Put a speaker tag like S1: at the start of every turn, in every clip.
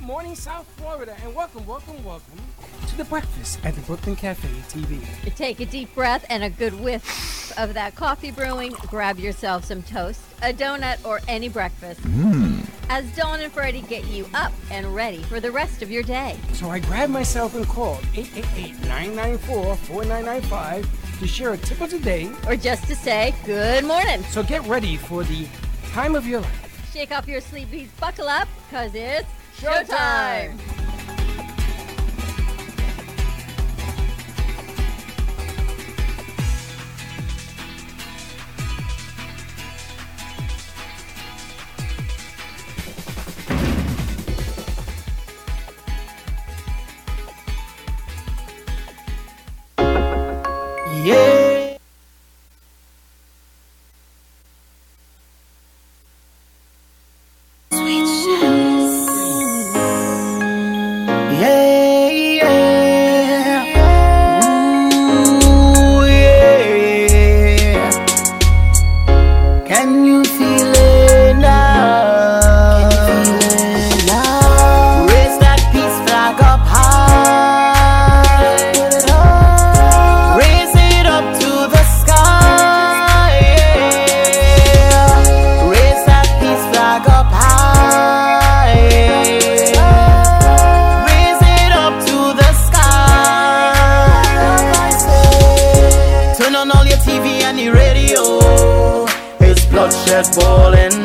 S1: morning, South Florida, and welcome, welcome, welcome to the breakfast at the Brooklyn Cafe TV.
S2: Take a deep breath and a good whiff of that coffee brewing. Grab yourself some toast, a donut, or any breakfast. As Dawn and Freddie get you up and ready for the rest of your day.
S1: So I grabbed myself and called 888-994-4995 to share a tip of the day.
S2: Or just to say, good morning.
S1: So get ready for the time of your life.
S2: Shake off your sleepies, buckle up, because it's
S1: Showtime.
S2: showtime.
S1: Yeah.
S3: Sweet Chalice.
S1: Yeah, yeah. Ooh, yeah. Can you feel it now? Raise that peace flag up high. Raise it up to the sky. yeah. Raise that peace flag up high. Raise it up to the sky. Turn on all your TV and your radio. It's bloodshed balling.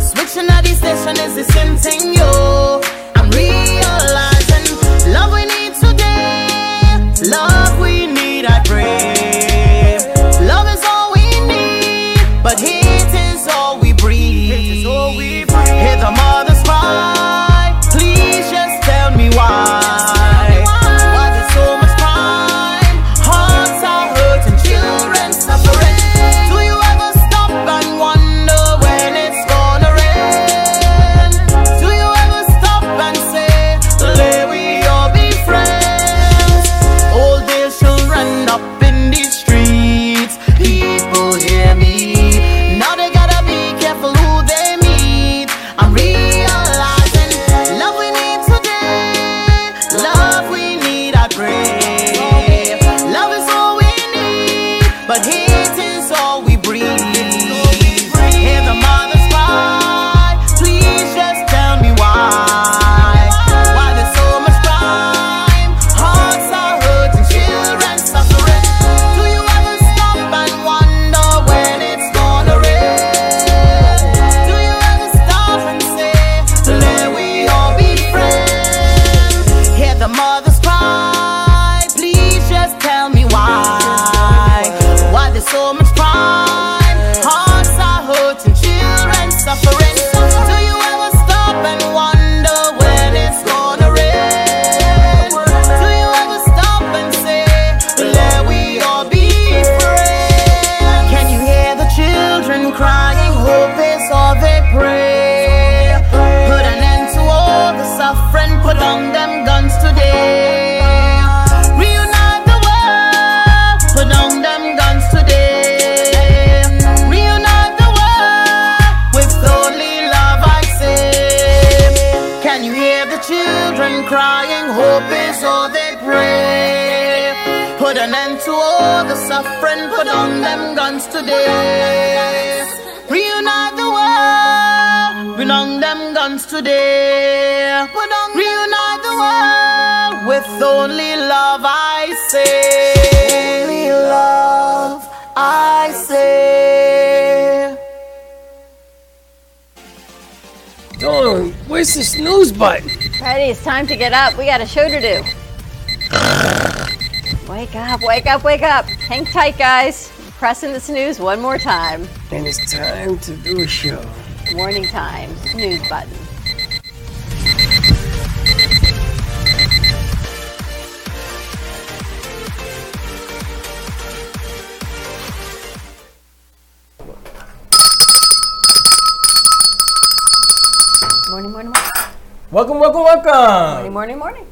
S1: Switching at the station is the same thing, yo. I'm realizing love we need today. Love we need, I pray. Love is all we need, but hate is all we breathe. Hear the mother's cry. Please just tell me why. Why there's so much crime? Hearts are hurting, children suffering. Do you ever stop and wonder when it's gonna rain? Do you ever stop and say, "Lay we all be friends"? All these children up in the streets. People hear me. Now they gotta be careful who they meet. I'm realizing love we need today. Love we need, I pray. Love is all we need, but hate is all we breathe. Hear the mother's cry. Please just tell me why. Why there's so much crime? Hearts are hurting, children suffering. Do you ever stop and wonder when it's gonna rain? Do you ever stop and say, "Let we all be friends"? Hear the mother's cry. Please just tell me why. Why there's so much crime? Hearts are hurting, children suffering. Do you ever stop and wonder when it's gonna rain? Do you ever stop and say, let we all be friends? Can you hear the children crying? Hope is all they pray. Put an end to all the suffering, put on them guns today. Reunite the world, put on them guns today. Reunite the world with only love, I say. Can you hear the children crying? Hope is all they pray. Put an end to all the suffering, put on them guns today. Reunite the world, bring on them guns today. Put on Reunite the world with only love, I say. Only love, I say.
S4: Dawn, where's the snooze button?
S2: Freddie, it's time to get up. We got a show to do. wake up, wake up, wake up. Hang tight, guys. Pressing the snooze one more time.
S4: And it's time to do a show.
S2: Morning time, snooze button. Morning, morning, morning,
S4: Welcome, welcome, welcome.
S2: morning, morning, morning.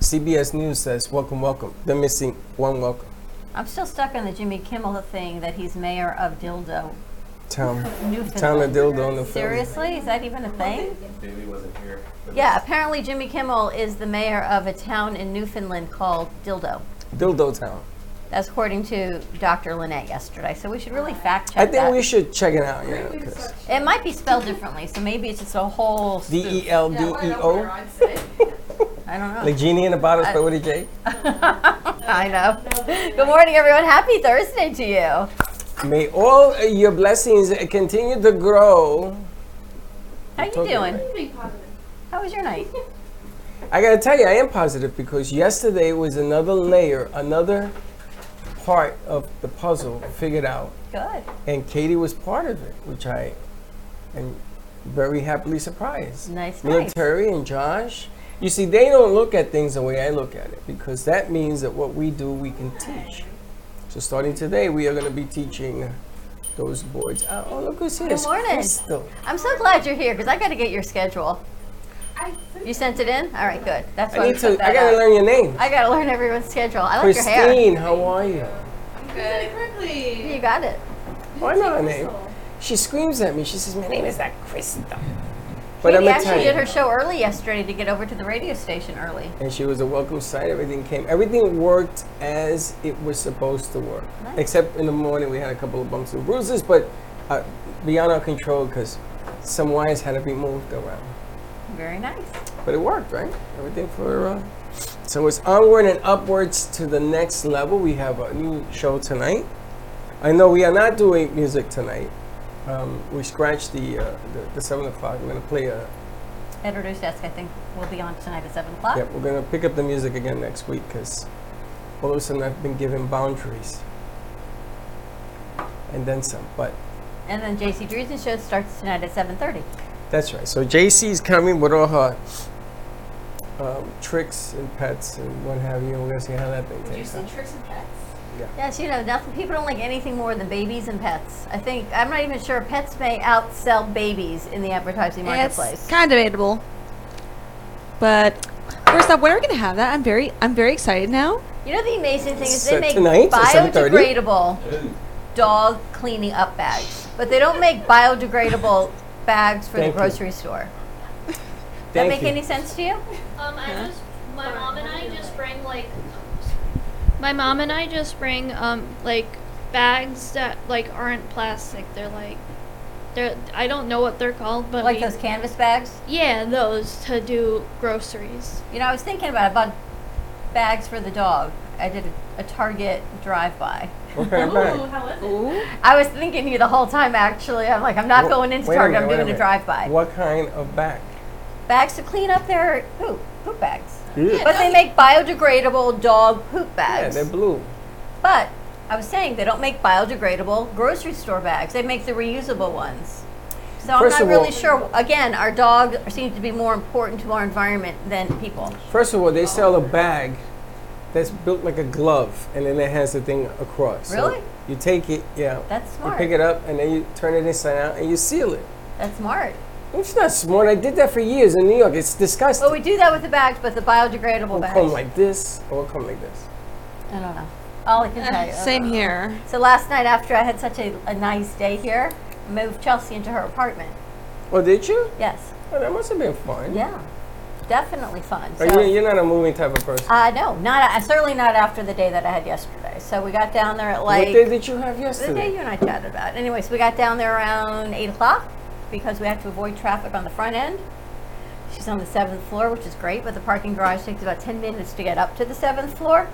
S4: CBS News says, welcome, welcome. They're missing one welcome.
S2: I'm still stuck on the Jimmy Kimmel thing that he's mayor of Dildo.
S4: Town.
S2: New
S4: Town of Dildo on the film.
S2: Seriously? Is that even a thing?
S3: Bailey wasn't here. but
S2: Yeah, apparently Jimmy Kimmel is the mayor of a town in Newfoundland called Dildo.
S4: Dildo Town.
S2: That's according to Dr. Lynette yesterday. So we should really fact check
S4: I think
S2: that.
S4: we should check it out, yeah. 'cause
S2: It might be spelled differently, so maybe it's just a whole. s-
S4: D E L D E O.
S2: I don't know.
S4: Like Genie in a Bottle, spelled with a J.
S2: I know. Good morning, everyone. Happy Thursday to you.
S4: May all uh, your blessings uh, continue to grow.
S2: How you
S4: Totally.
S2: doing? How was your night?
S4: I gotta tell you, I am positive because yesterday was another layer, another part of the puzzle figured out,
S2: Good.
S4: and Katie was part of it, which I am very happily surprised.
S2: Nice,
S4: Me
S2: nice.
S4: and Terry and Josh. You see, they don't look at things the way I look at it because that means that what we do, we can teach. So starting today, we are going to be teaching those boards. out. Oh, look who's here!
S2: Good
S4: It's
S2: morning.
S4: Crystal.
S2: I'm so glad you're here because I got to get your schedule. You sent it in? All right, good. That's why
S4: I
S2: we
S4: need to.
S2: put that
S4: I gotta
S2: up.
S4: learn your name.
S2: I gotta learn everyone's schedule. I like your hair.
S4: Christine, how are you?
S2: You got it.
S4: Oh, I know her name. She screams at me. She says, "My name is not Crystal." But
S2: Katie
S4: I'm
S2: actually did her
S4: Italian,
S2: show early yesterday to get over to the radio station early.
S4: and she was a welcome sight. Everything came. Everything worked as it was supposed to work,
S2: Nice.
S4: except in the morning we had a couple of bumps and bruises, but uh, beyond our control because some wires had to be moved around.
S2: Very nice.
S4: But it worked, right? Everything for uh, so it's onward and upwards to the next level. We have a new show tonight. I know we are not doing music tonight. Um, we scratched the, uh, the the seven o'clock. We're gonna play a
S2: Editor's desk, I think, will be on tonight at seven o'clock.
S4: yeah. We're gonna pick up the music again next week because all of a sudden I've been given boundaries and then some. But
S2: And then JC Dreesen show starts tonight at seven thirty.
S4: that's right. So JC's coming with all her um, tricks and pets and what have you. We're gonna see how that thing
S5: you
S4: takes.
S5: see
S4: out.
S5: tricks and pets?
S2: Yes, you know, nothing, people don't like anything more than babies and pets. I think I'm not even sure pets may outsell babies in the advertising marketplace.
S5: It's kind of debatable. But first up, when are we going to have that? I'm very, I'm very excited now.
S2: You know, the amazing thing is
S4: So
S2: they make
S4: tonight, so 7:30?
S2: biodegradable dog cleaning up bags, but they don't make biodegradable bags for
S4: Thank
S2: the
S4: you.
S2: grocery store. that
S4: Thank
S2: make
S4: you.
S2: any sense to you?
S6: Um, I just my mom and I just bring like my mom and I just bring um like bags that like aren't plastic. They're like they're I don't know what they're called, but
S2: Like
S6: we-
S2: those canvas bags?
S6: yeah, those to do groceries.
S2: You know, I was thinking about it, about bags for the dog. I did a, a Target drive-by.
S4: What kind of bag?
S2: I was thinking you the whole time. Actually, I'm like, I'm not
S4: Wha-
S2: going into
S4: wait a
S2: Target.
S4: minute,
S2: I'm
S4: wait a
S2: doing a,
S4: minute.
S2: drive-by.
S4: What kind of bag?
S2: Bags to clean up their poop, poop bags. But they make biodegradable dog poop
S4: Yeah,
S2: bags.
S4: they're blue.
S2: but I was saying they don't make biodegradable grocery store bags. They make the reusable ones. So
S4: First
S2: I'm
S4: of
S2: not really
S4: all-
S2: sure. Again, our dog seems to be more important to our environment than people.
S4: First of all, they sell a bag that's built like a glove, and then it has the thing across. So
S2: Really?
S4: you take it, yeah.
S2: That's
S4: You
S2: smart.
S4: pick it up, and then you turn it inside out, and you seal it.
S2: That's smart.
S4: It's not smart. I did that for years in New York. It's disgusting.
S2: Well, we do that with the bags, but the biodegradable
S4: It'll
S2: bags.
S4: come like this, or it'll come like this.
S2: I don't know. All I can tell you.
S5: Same here.
S2: So last night, after I had such a, a nice day here, I moved Chelsea into her apartment.
S4: Oh, did you?
S2: Yes.
S4: Oh, that must have been fun.
S2: Yeah. Definitely fun.
S4: Are
S2: So-
S4: you, you're not a moving type of person.
S2: uh, no, not uh, certainly not after the day that I had yesterday. So we got down there at like
S4: what day did you have
S2: the day
S4: yesterday?
S2: you and I chatted about. Anyway, so we got down there around eight o'clock because we have to avoid traffic on the front end. She's on the seventh floor, which is great, but the parking garage takes about ten minutes to get up to the seventh floor,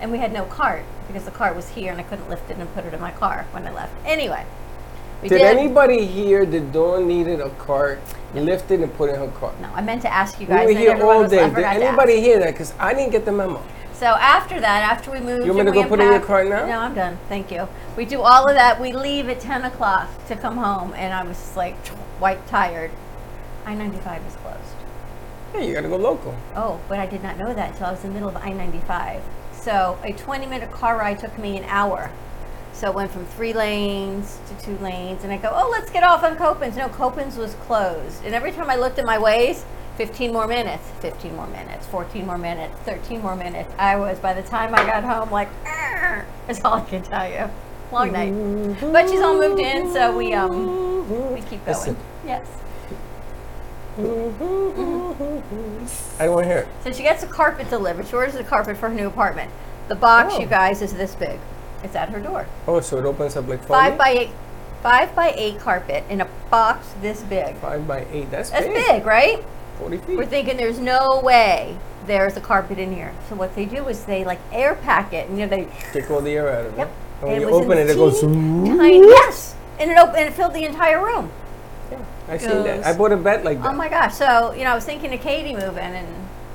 S2: and we had no cart because the cart was here and I couldn't lift it and put it in my car when I left. Anyway, we
S4: did anybody here? Did Dawn needed a cart, lifted and put in her cart?
S2: No, I meant to ask you
S4: We
S2: guys.
S4: were
S2: and
S4: here
S2: everyone
S4: all
S2: was- I
S4: day. Did
S2: forgot to ask.
S4: anybody hear that? Because I didn't get the memo.
S2: So after that, after we move,
S4: You want me
S2: and
S4: to
S2: we
S4: go put it in your
S2: unpack-
S4: cart now?
S2: No, I'm done. Thank you. We do all of that. We leave at 10 o'clock to come home, and I was just like white tired. I-95 is closed.
S4: Hey, you gotta go local.
S2: Oh, but I did not know that until I was in the middle of I-95. So a 20-minute car ride took me an hour. So it went from three lanes to two lanes, and I go, oh, let's get off on Copens. No, Copens was closed. And every time I looked at my ways, 15 more minutes, 15 more minutes, 14 more minutes, 13 more minutes. I was, by the time I got home, like, "Arr," that's all I can tell you. long night.
S4: Mm-hmm.
S2: But she's all moved in, so we um we keep going.
S4: Listen.
S2: Yes.
S4: I don't want to hear it.
S2: So she gets a carpet delivered. She orders a carpet for her new apartment. The box, you guys, is this big. It's at her door.
S4: Oh, so it opens up like five
S2: Five by eight, five by eight carpet in a box this big.
S4: five by eight. That's,
S2: That's big, right?
S4: Forty feet.
S2: We're thinking there's no way there's a carpet in here. So what they do is they like air pack it, and you know they
S4: Take all the air out of it.
S2: Yep.
S4: And when
S2: It
S4: you
S2: was in
S4: open it, it goes.
S2: teeny tiny- yes, and it opened and it filled the entire room.
S4: I seen that.
S2: goes-
S4: I bought a bed like that.
S2: Oh my gosh! So you know, I was thinking of Katie moving, and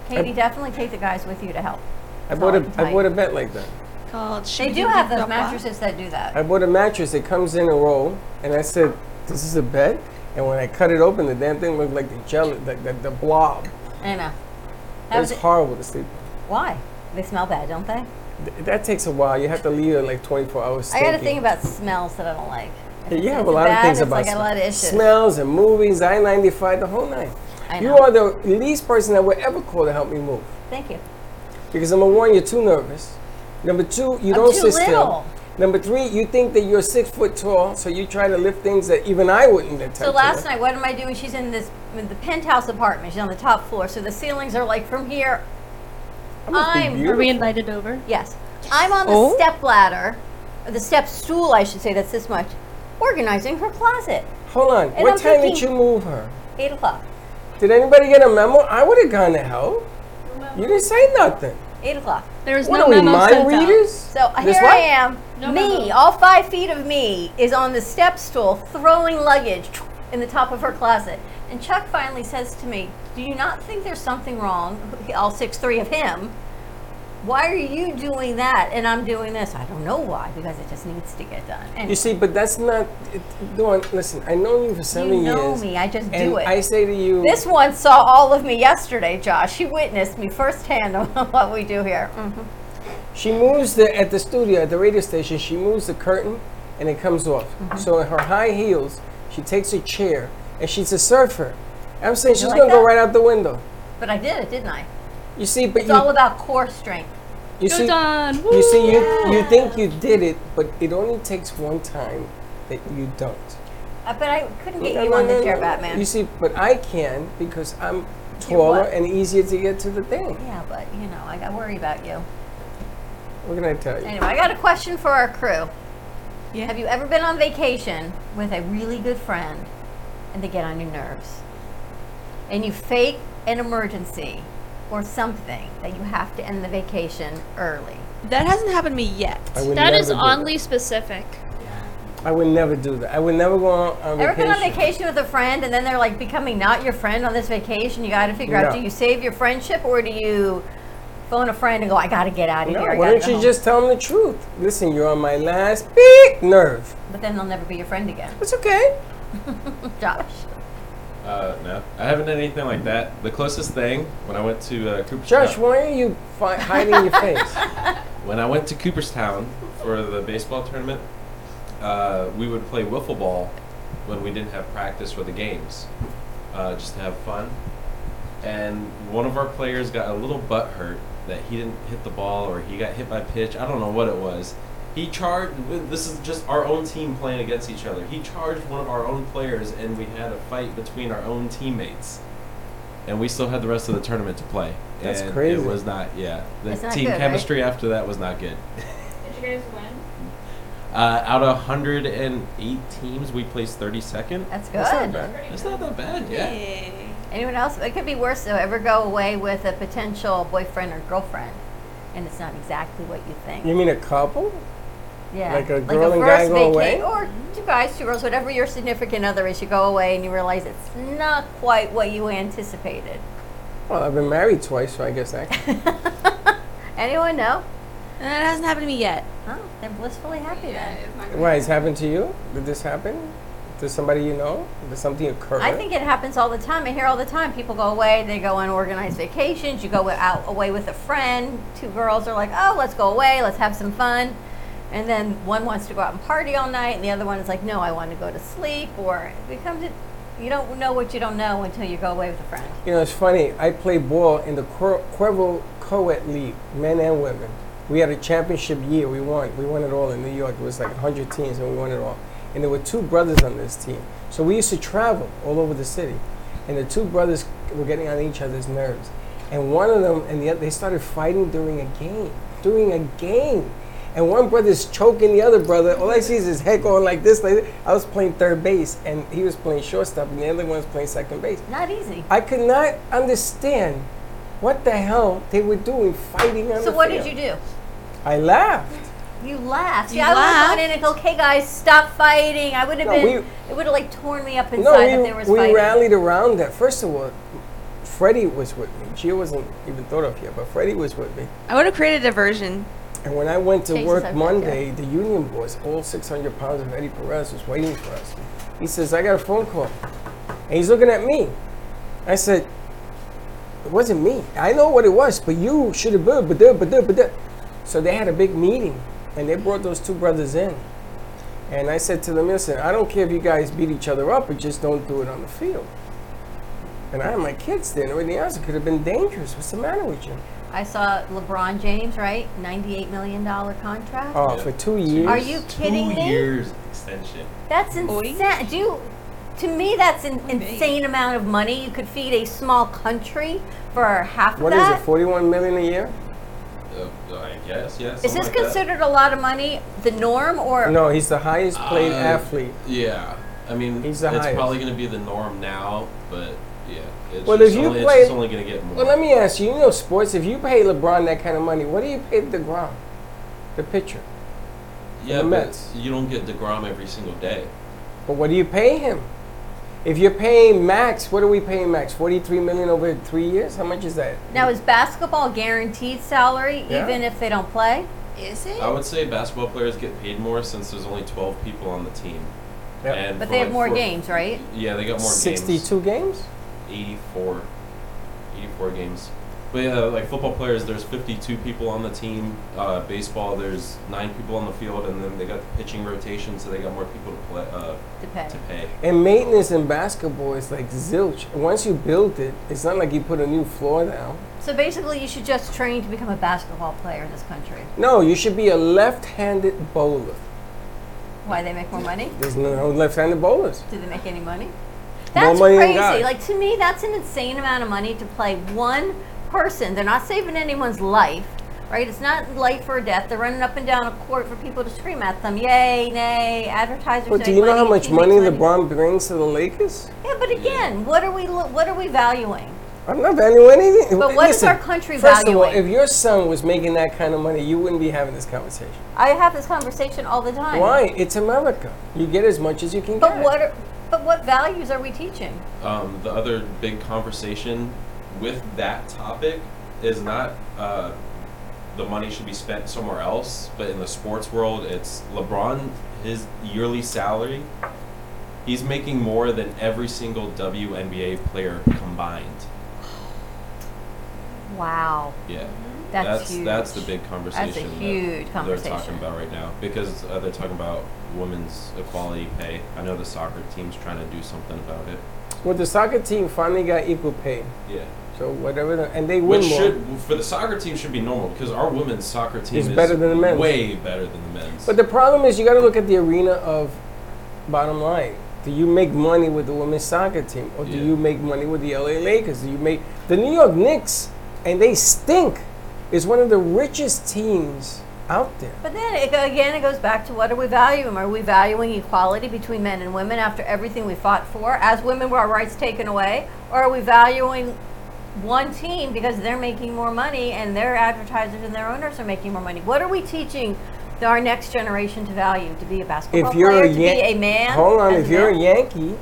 S2: Katie definitely take the guys with you to help.
S4: I bought
S2: all I
S4: a
S2: can
S4: I bought a bed like that.
S5: Called
S2: They do have those mattresses that do that.
S4: I bought a mattress. It comes in a roll, and I said, "This is a bed." And when I cut it open, the damn thing looked like the jelly, like the, the blob.
S2: I know. That
S4: It
S2: was
S4: was
S2: it.
S4: horrible to sleep.
S2: Why? They smell bad, don't they?
S4: Th- That takes a while. You have to leave it like 24 hours.
S2: I got to
S4: stinking.
S2: think about smells that I don't like. If
S4: Yeah,
S2: it's-
S4: you have
S2: if
S4: a
S2: it's
S4: lot of
S2: bad,
S4: things
S2: it's
S4: about
S2: like a lot of issues.
S4: smells and movies, I 95, the whole night.
S2: I
S4: You
S2: know.
S4: are the least person I would ever call to help me move.
S2: Thank you.
S4: Because number one, you're too nervous. Number two, you don't
S2: too
S4: sit
S2: little.
S4: still. Number three, you think that you're six foot tall, so you try to lift things that even I wouldn't attempt.
S2: So last night, what am I doing? She's in this in the penthouse apartment. She's on the top floor, so the ceilings are like from here. I'm
S6: Are we invited over?
S2: yes, I'm on the
S5: Oh.
S2: step ladder, or the step stool, I should say. That's this much. Organizing her closet.
S4: Hold on.
S2: and
S4: what
S2: I'm
S4: time did
S2: thinking-
S4: you move her?
S2: Eight o'clock.
S4: Did anybody get a memo? I would have gone to hell. You didn't say nothing.
S2: Eight o'clock.
S6: There was
S4: What
S6: no
S4: are we,
S6: memo
S4: mind
S6: sent out.
S4: readers?
S2: So
S4: This
S2: here
S4: what?
S2: I am.
S6: No
S2: me,
S6: memo.
S2: all five feet of me, is on the step stool throwing luggage in the top of her closet. And Chuck finally says to me, Do you not think there's something wrong? All six three of him. Why are you doing that and I'm doing this? I don't know why, because it just needs to get done. And
S4: You see, but that's not. It, Dawn, listen, I know you for seven
S2: you know
S4: years.
S2: me, I just
S4: and
S2: do it.
S4: I say to you,
S2: this one saw all of me yesterday, Josh. She witnessed me firsthand on what we do here. Mhm.
S6: Mm-hmm.
S4: she moves the at the studio at the radio station. She moves the curtain, and it comes off.
S2: Mm-hmm.
S4: So in her high heels, she takes a chair, and she's a surfer. I'm saying she's
S2: like
S4: gonna go
S2: that?
S4: right out the window.
S2: But I did it, didn't I?
S4: You see, but
S2: It's
S4: you,
S2: all about core strength.
S4: you
S6: Go
S4: see,
S6: Don!
S4: you see, you you think you did it, but it only takes one time that you don't.
S2: Uh, but I couldn't get
S4: No,
S2: you
S4: no,
S2: on
S4: no,
S2: the
S4: no,
S2: chair,
S4: no.
S2: Batman.
S4: You see, but I can because I'm taller
S2: what?
S4: and easier to get to the thing.
S2: Yeah, but you know, I got worry about you.
S4: What can I tell you?
S2: Anyway, I got a question for our crew.
S5: Yeah.
S2: Have you ever been on vacation with a really good friend and they get on your nerves? And you fake an emergency or something that you have to end the vacation early.
S5: That hasn't happened to me yet.
S3: Oh,
S4: I would
S6: That
S4: never
S6: is
S4: do
S6: oddly specific.
S4: I would never do that. I would never go on, on
S2: Ever
S4: vacation.
S2: been on vacation with a friend and then they're like becoming not your friend on this vacation? You got to figure out
S4: No.
S2: do you save your friendship or do you phone a friend and go, I got to get out of
S4: No,
S2: here? I
S4: why
S2: gotta
S4: don't
S2: go
S4: you
S2: home."
S4: just tell them the truth? Listen, you're on my last beep nerve.
S2: But then they'll never be your friend again.
S4: It's okay.
S2: Josh.
S3: Uh, no, I haven't done anything like that. The closest thing when I went to uh, Cooperstown.
S4: Josh, why are you fi- hiding your face?
S3: When I went to Cooperstown for the baseball tournament, uh, we would play wiffle ball when we didn't have practice for the games, uh, just to have fun. And one of our players got a little butt hurt that he didn't hit the ball or he got hit by pitch. I don't know what it was. He charged. This is just our own team playing against each other. He charged one of our own players, and we had a fight between our own teammates. And we still had the rest of the tournament to play.
S4: That's
S3: and
S4: crazy.
S3: It was not. Yeah, the
S2: It's not
S3: team
S2: good, right?
S3: chemistry after that was not good.
S6: Did you guys win?
S3: Uh, out of 108 teams, we placed 32nd.
S2: That's
S4: That's
S2: good.
S4: not bad.
S3: That's not that bad. Yeah.
S5: Yay.
S2: Anyone else? It could be worse though. Ever go away with a potential boyfriend or girlfriend, and it's not exactly what you think.
S4: You mean a couple?
S2: yeah,
S4: like a girl and guy
S2: first
S4: go
S2: vacay-
S4: away?
S2: or two guys, two girls, whatever your significant other is. You go away and you realize it's not quite what you anticipated.
S4: Well, I've been married twice, so I guess that.
S2: Anyone know?
S5: That hasn't happened to me yet.
S2: Oh, they're blissfully happy then.
S4: Why it's happened to you? Did this happen? Did somebody you know? Did something occur?
S2: I think it happens all the time. I hear all the time people go away, they go on organized vacations. You go wi- out away with a friend. Two girls are like, oh, let's go away, let's have some fun. And then one wants to go out and party all night, and the other one is like, no, I want to go to sleep. Or it becomes, a, you don't know what you don't know until you go away with a friend.
S4: You know, it's funny. I play ball in the Cuer- Cuervo Co-ed League, men and women. We had a championship year. We won. We won it all in New York. It was like 100 teams, and we won it all. And there were two brothers on this team. So we used to travel all over the city. And the two brothers were getting on each other's nerves. And one of them and the other, they started fighting during a game. During a game. And one brother's choking the other brother. All I see is his head going like this. Like that. I was playing third base, and he was playing shortstop, and the other one was playing second base.
S2: Not easy.
S4: I could not understand what the hell they were doing fighting on
S2: So
S4: the
S2: what
S4: field.
S2: did you do?
S4: I laughed.
S2: You laughed.
S5: You
S2: yeah, I would
S5: laughed.
S2: have gone in and go, "Okay, guys, stop fighting." I would have
S4: No,
S2: been.
S4: we-
S2: it would have like torn me up
S4: No,
S2: inside if there was
S4: we, we
S2: fighting.
S4: rallied around that. First of all, Freddie was with me. Gia wasn't even thought of here, but Freddie was with me.
S5: I would have created a diversion.
S4: And when I went to
S2: Change the
S4: work
S2: subject,
S4: Monday, the union boss, all 600 pounds of Eddie Perez, was waiting for us. He says, I got a phone call. And he's looking at me. I said, It wasn't me. I know what it was, but you should have been, but there, but there, but there. So they had a big meeting, and they brought those two brothers in. And I said to them, Listen, I don't care if you guys beat each other up, but just don't do it on the field. And I had my kids there, and everything else. It could have been dangerous. What's the matter with you?
S2: I saw LeBron James, right? Ninety-eight million dollar contract.
S4: Oh, for two years.
S2: Are you kidding
S3: Two
S2: me?
S3: years extension.
S2: That's
S5: Oy.
S2: insane. Do you, to me, that's an insane amount of money. You could feed a small country for half
S4: What
S2: of
S4: is
S2: that.
S4: it, 41 million a year?
S3: Uh, I guess, yes.
S2: Is this considered a lot of money? The norm, or
S4: No, he's the highest paid
S3: Uh,
S4: athlete.
S3: Yeah. I mean,
S4: He's
S3: it's
S4: the highest.
S3: probably going to be the norm now, but yeah. It's
S4: Well,
S3: just
S4: if you
S3: only,
S4: play-
S3: It's just only going to get more.
S4: Well, let me ask you, you know sports, if you pay LeBron that kind of money, what do you pay DeGrom, the pitcher?
S3: yeah,
S4: the
S3: but
S4: Mets.
S3: you don't get DeGrom every single day.
S4: But what do you pay him? If you're paying Max, what are we paying Max? 43 million over three years? How much is that?
S2: now is basketball guaranteed salary
S4: Yeah.
S2: even if they don't play?
S5: Is it?
S3: I would say basketball players get paid more since there's only 12 people on the team.
S4: Yep.
S3: And
S2: But
S3: for
S2: they
S3: like
S2: have more
S3: four-
S2: games, right?
S3: Yeah, they got more 62.
S4: 62 games?
S3: 84. 84 games. But yeah, like football players, there's 52 people on the team. Uh, baseball, there's nine people on the field, and then they got the pitching rotation, so they got more people to play uh,
S2: To pay.
S3: to pay.
S4: And maintenance in basketball is like zilch. Once you build it, it's not like you put a new floor down.
S2: So basically, you should just train to become a basketball player in this country.
S4: No, you should be a left-handed bowler.
S2: Why they make more money?
S4: There's no left-handed bowlers.
S2: Do they make any money?
S4: More
S2: That's
S4: money than God.
S2: crazy. Like to me, that's an insane amount of money to play one person. They're not saving anyone's life, right? It's not life or death. They're running up and down a court for people to scream at them, yay, nay. Advertisers.
S4: But do
S2: make
S4: you know
S2: money,
S4: how much
S2: he makes
S4: money LeBron brings to the Lakers?
S2: Yeah, but again, what are we? lo- What are we valuing?
S4: I'm not valuing anything.
S2: But what
S4: what
S2: is
S4: is
S2: our country
S4: First of all,
S2: valuing?
S4: if your son was making that kind of money, you wouldn't be having this conversation.
S2: I have this conversation all the time.
S4: Why? It's America. You get as much as you can
S2: But
S4: get.
S2: what? Are, but what values are we teaching?
S3: um, the other big conversation with that topic is not uh, the money should be spent somewhere else, but in the sports world, it's LeBron, his yearly salary, he's making more than every single WNBA player combined.
S2: Wow,
S3: Yeah.
S2: that's, huge.
S3: that's the big conversation.
S2: That's a
S3: that
S2: huge
S3: They're
S2: conversation.
S3: talking about right now because uh, they're talking about women's equality pay. I know the soccer team's trying to do something about it.
S4: Well, the soccer team finally got equal pay.
S3: Yeah.
S4: So whatever, the, and they win
S3: Which
S4: more.
S3: should for the soccer team should be normal because our women's soccer team
S4: Is
S3: is,
S4: better than the men's.
S3: Way better than the men's.
S4: But the problem is, you got to look at the arena of bottom line. Do you make money with the women's soccer team, or do
S3: Yeah.
S4: you make money with the LA Lakers? Do you make the New York Knicks, and they stink, is one of the richest teams out there.
S2: But then it, again, it goes back to what are we valuing? Are we valuing equality between men and women after everything we fought for? As women, were our rights taken away? Or are we valuing one team because they're making more money and their advertisers and their owners are making more money? What are we teaching the- our next generation to value? To be a basketball
S4: if you're
S2: player,
S4: a
S2: to be
S4: Yan-
S2: a man?
S4: hold on.
S2: as
S4: If you're
S2: man?
S4: a Yankee,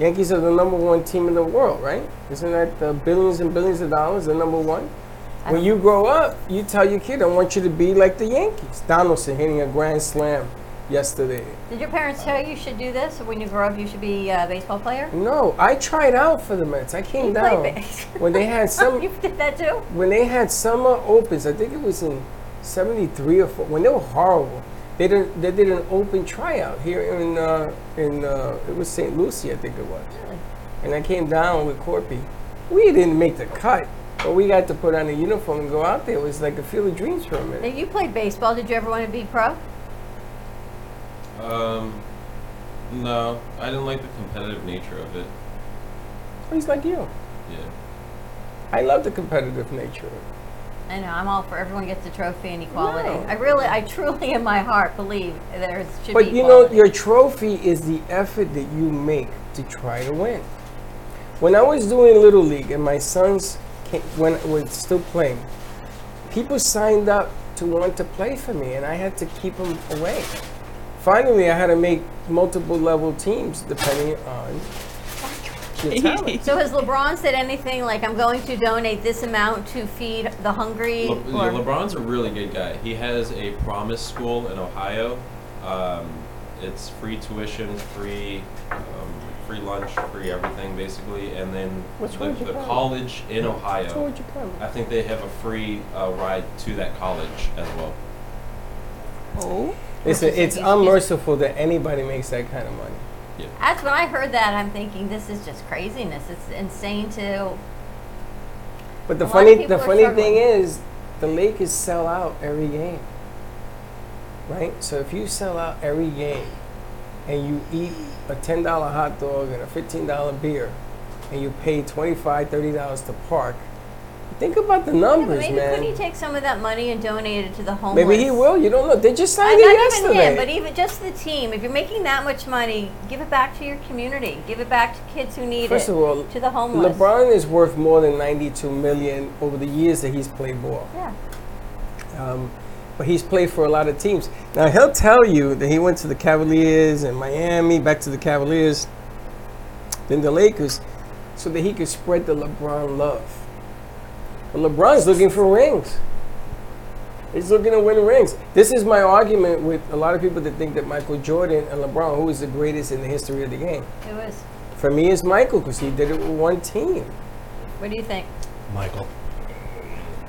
S4: Yankees are the number one team in the world, right? Isn't that the billions and billions of dollars? The number one. When you grow up, you tell your kid, "I want you to be like the Yankees." Donaldson hitting a grand slam yesterday.
S2: Did your parents tell you you should do this? Or when you grow up, you should be a baseball player?
S4: No, I tried out for the Mets. I came
S2: You played
S4: down
S2: base.
S4: when they had some.
S2: you did that too?
S4: when they had summer opens, I think it was in '73 or four, when they were horrible. They did they did an open tryout here in uh, in uh, it was St. Lucie, I think it was.
S2: Really?
S4: And I came down with Corpy. We didn't make the cut, But we got to put on a uniform and go out there. It was like a field of dreams for a
S2: Now,
S4: minute.
S2: you played baseball. Did you ever want to be pro?
S3: Um, no, I didn't like the competitive nature of it.
S4: He's like you.
S3: Yeah.
S4: I love the competitive nature. of it.
S2: I know. I'm all for everyone gets a trophy and equality.
S4: No.
S2: I really, I truly, in my heart, believe there should
S4: But
S2: be.
S4: you know,
S2: equality.
S4: your trophy is the effort that you make to try to win. When I was doing Little League and my sons came, when was still playing, people signed up to want to play for me, and I had to keep them away. Finally, I had to make multiple level teams depending on your talent.
S2: So has LeBron said anything like, "I'm going to donate this amount to feed the hungry"?
S3: Le-
S2: or-
S3: yeah, LeBron's a really good guy. He has a promise school in Ohio. Um, it's free tuition, free um, free lunch, free everything basically, and then
S4: What's wrong
S3: the,
S4: with
S3: the
S4: Japan?
S3: college in
S4: That's all
S3: Ohio.
S4: you play.
S3: I think they have a free uh, ride to that college as well.
S5: Oh.
S4: It's, it's unmerciful that anybody makes that kind of money.
S2: That's when I heard that. I'm thinking this is just craziness. It's insane to.
S4: But the
S2: A lot of
S4: funny,
S2: people
S4: the
S2: are
S4: funny thing
S2: struggling.
S4: is, the Lakers sell out every game, right? So if you sell out every game, and you eat a ten dollar hot dog and a fifteen dollar beer, and you pay $25, 30 dollars to park, think about the
S2: Yeah, but
S4: numbers,
S2: maybe
S4: man.
S2: couldn't he take some of that money and donate it to the homeless?
S4: Maybe he will. You don't know. They just
S2: Uh,
S4: signed it
S2: not even
S4: yesterday.
S2: him, but even just the team. If you're making that much money, give it back to your community. Give it back to kids who need
S4: First
S2: it.
S4: of all,
S2: to the homeless.
S4: LeBron is worth more than ninety-two million over the years that he's played ball.
S2: Yeah.
S4: Um, but he's played for a lot of teams. Now he'll tell you that he went to the Cavaliers and Miami, back to the Cavaliers, then the Lakers, so that he could spread the LeBron love. But LeBron's looking for rings. He's looking to win rings. This is my argument with a lot of people that think that Michael Jordan and LeBron, who is the greatest in the history of the game,
S2: It was.
S4: for me it's Michael because he did it with one team.
S2: What do you think?
S7: Michael.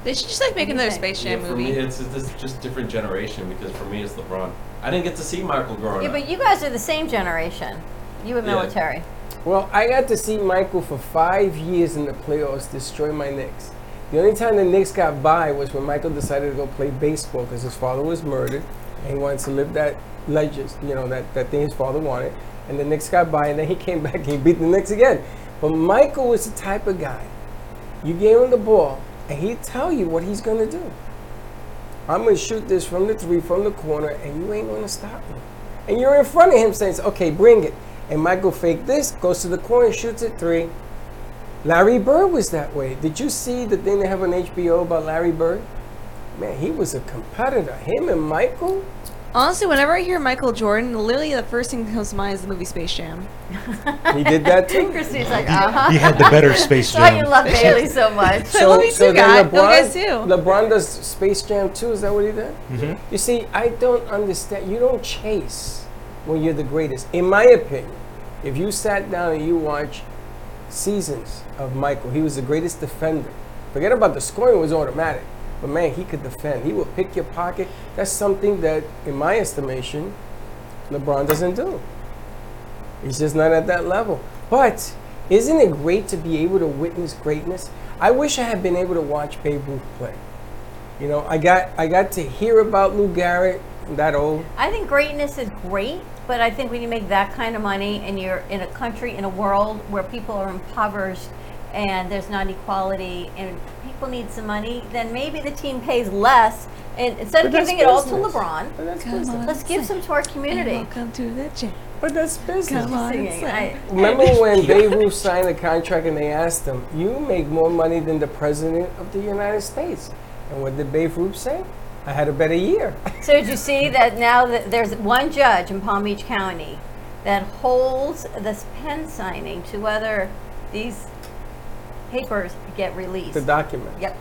S5: They should just like make
S2: do you
S5: another
S2: think?
S5: Space Jam
S3: yeah, for
S5: movie.
S3: me, it's, it's just different generation because for me, it's LeBron. I didn't get to see Michael growing
S2: Yeah,
S3: up.
S2: but you guys are the same generation. You were
S3: Yeah.
S2: military.
S4: Well, I got to see Michael for five years in the playoffs destroy my Knicks. The only time the Knicks got by was when Michael decided to go play baseball because his father was murdered and he wanted to live that legend, you know, that, that thing his father wanted. And the Knicks got by and then he came back and he beat the Knicks again. But Michael was the type of guy, you gave him the ball and he'd tell you what he's going to do. I'm going to shoot this from the three, from the corner, and you ain't going to stop me. And you're in front of him saying, okay, bring it. And Michael fake this, goes to the corner, shoots at three. Larry Bird was that way. Did you see the thing they have on HBO about Larry Bird? Man, he was a competitor. Him and Michael?
S5: Honestly, whenever I hear Michael Jordan, literally the first thing that comes to mind is the movie Space Jam.
S4: He did that too.
S2: Christy's like, uh huh.
S7: He had the better Space
S2: Why you
S7: Jam.
S2: love Bailey so much?
S5: I love you too, guy. Love guys too.
S4: LeBron does Space Jam too. Is that what he did? You see, I don't understand. You don't chase when you're the greatest. In my opinion, if you sat down and you watch seasons of Michael, he was the greatest defender. Forget about the scoring was automatic, but man, he could defend. He would pick your pocket. That's something that, in my estimation, LeBron doesn't do. He's just not at that level. But isn't it great to be able to witness greatness? I wish I had been able to watch Babe Ruth play. You know, I got I got to hear about Lou Garrett, that old.
S2: I think greatness is great, but I think when you make that kind of money and you're in a country, in a world where people are impoverished and there's not equality and people need some money, then maybe the team pays less. And instead of
S4: But that's
S2: giving it all to
S4: business. But
S2: LeBron,
S4: that's
S5: Come
S4: business.
S5: on.
S2: let's give some to our community.
S5: Welcome to the jam.
S4: But that's business.
S5: Come on,
S2: Singing. I-
S4: Remember when Babe Ruth signed a contract and they asked him, "You make more money than the president of the United States." And what did Babe Ruth say? I had a better year.
S2: So did you see that now that there's one judge in Palm Beach County that holds this pen signing to whether these papers get released?
S4: the document.
S2: Yep.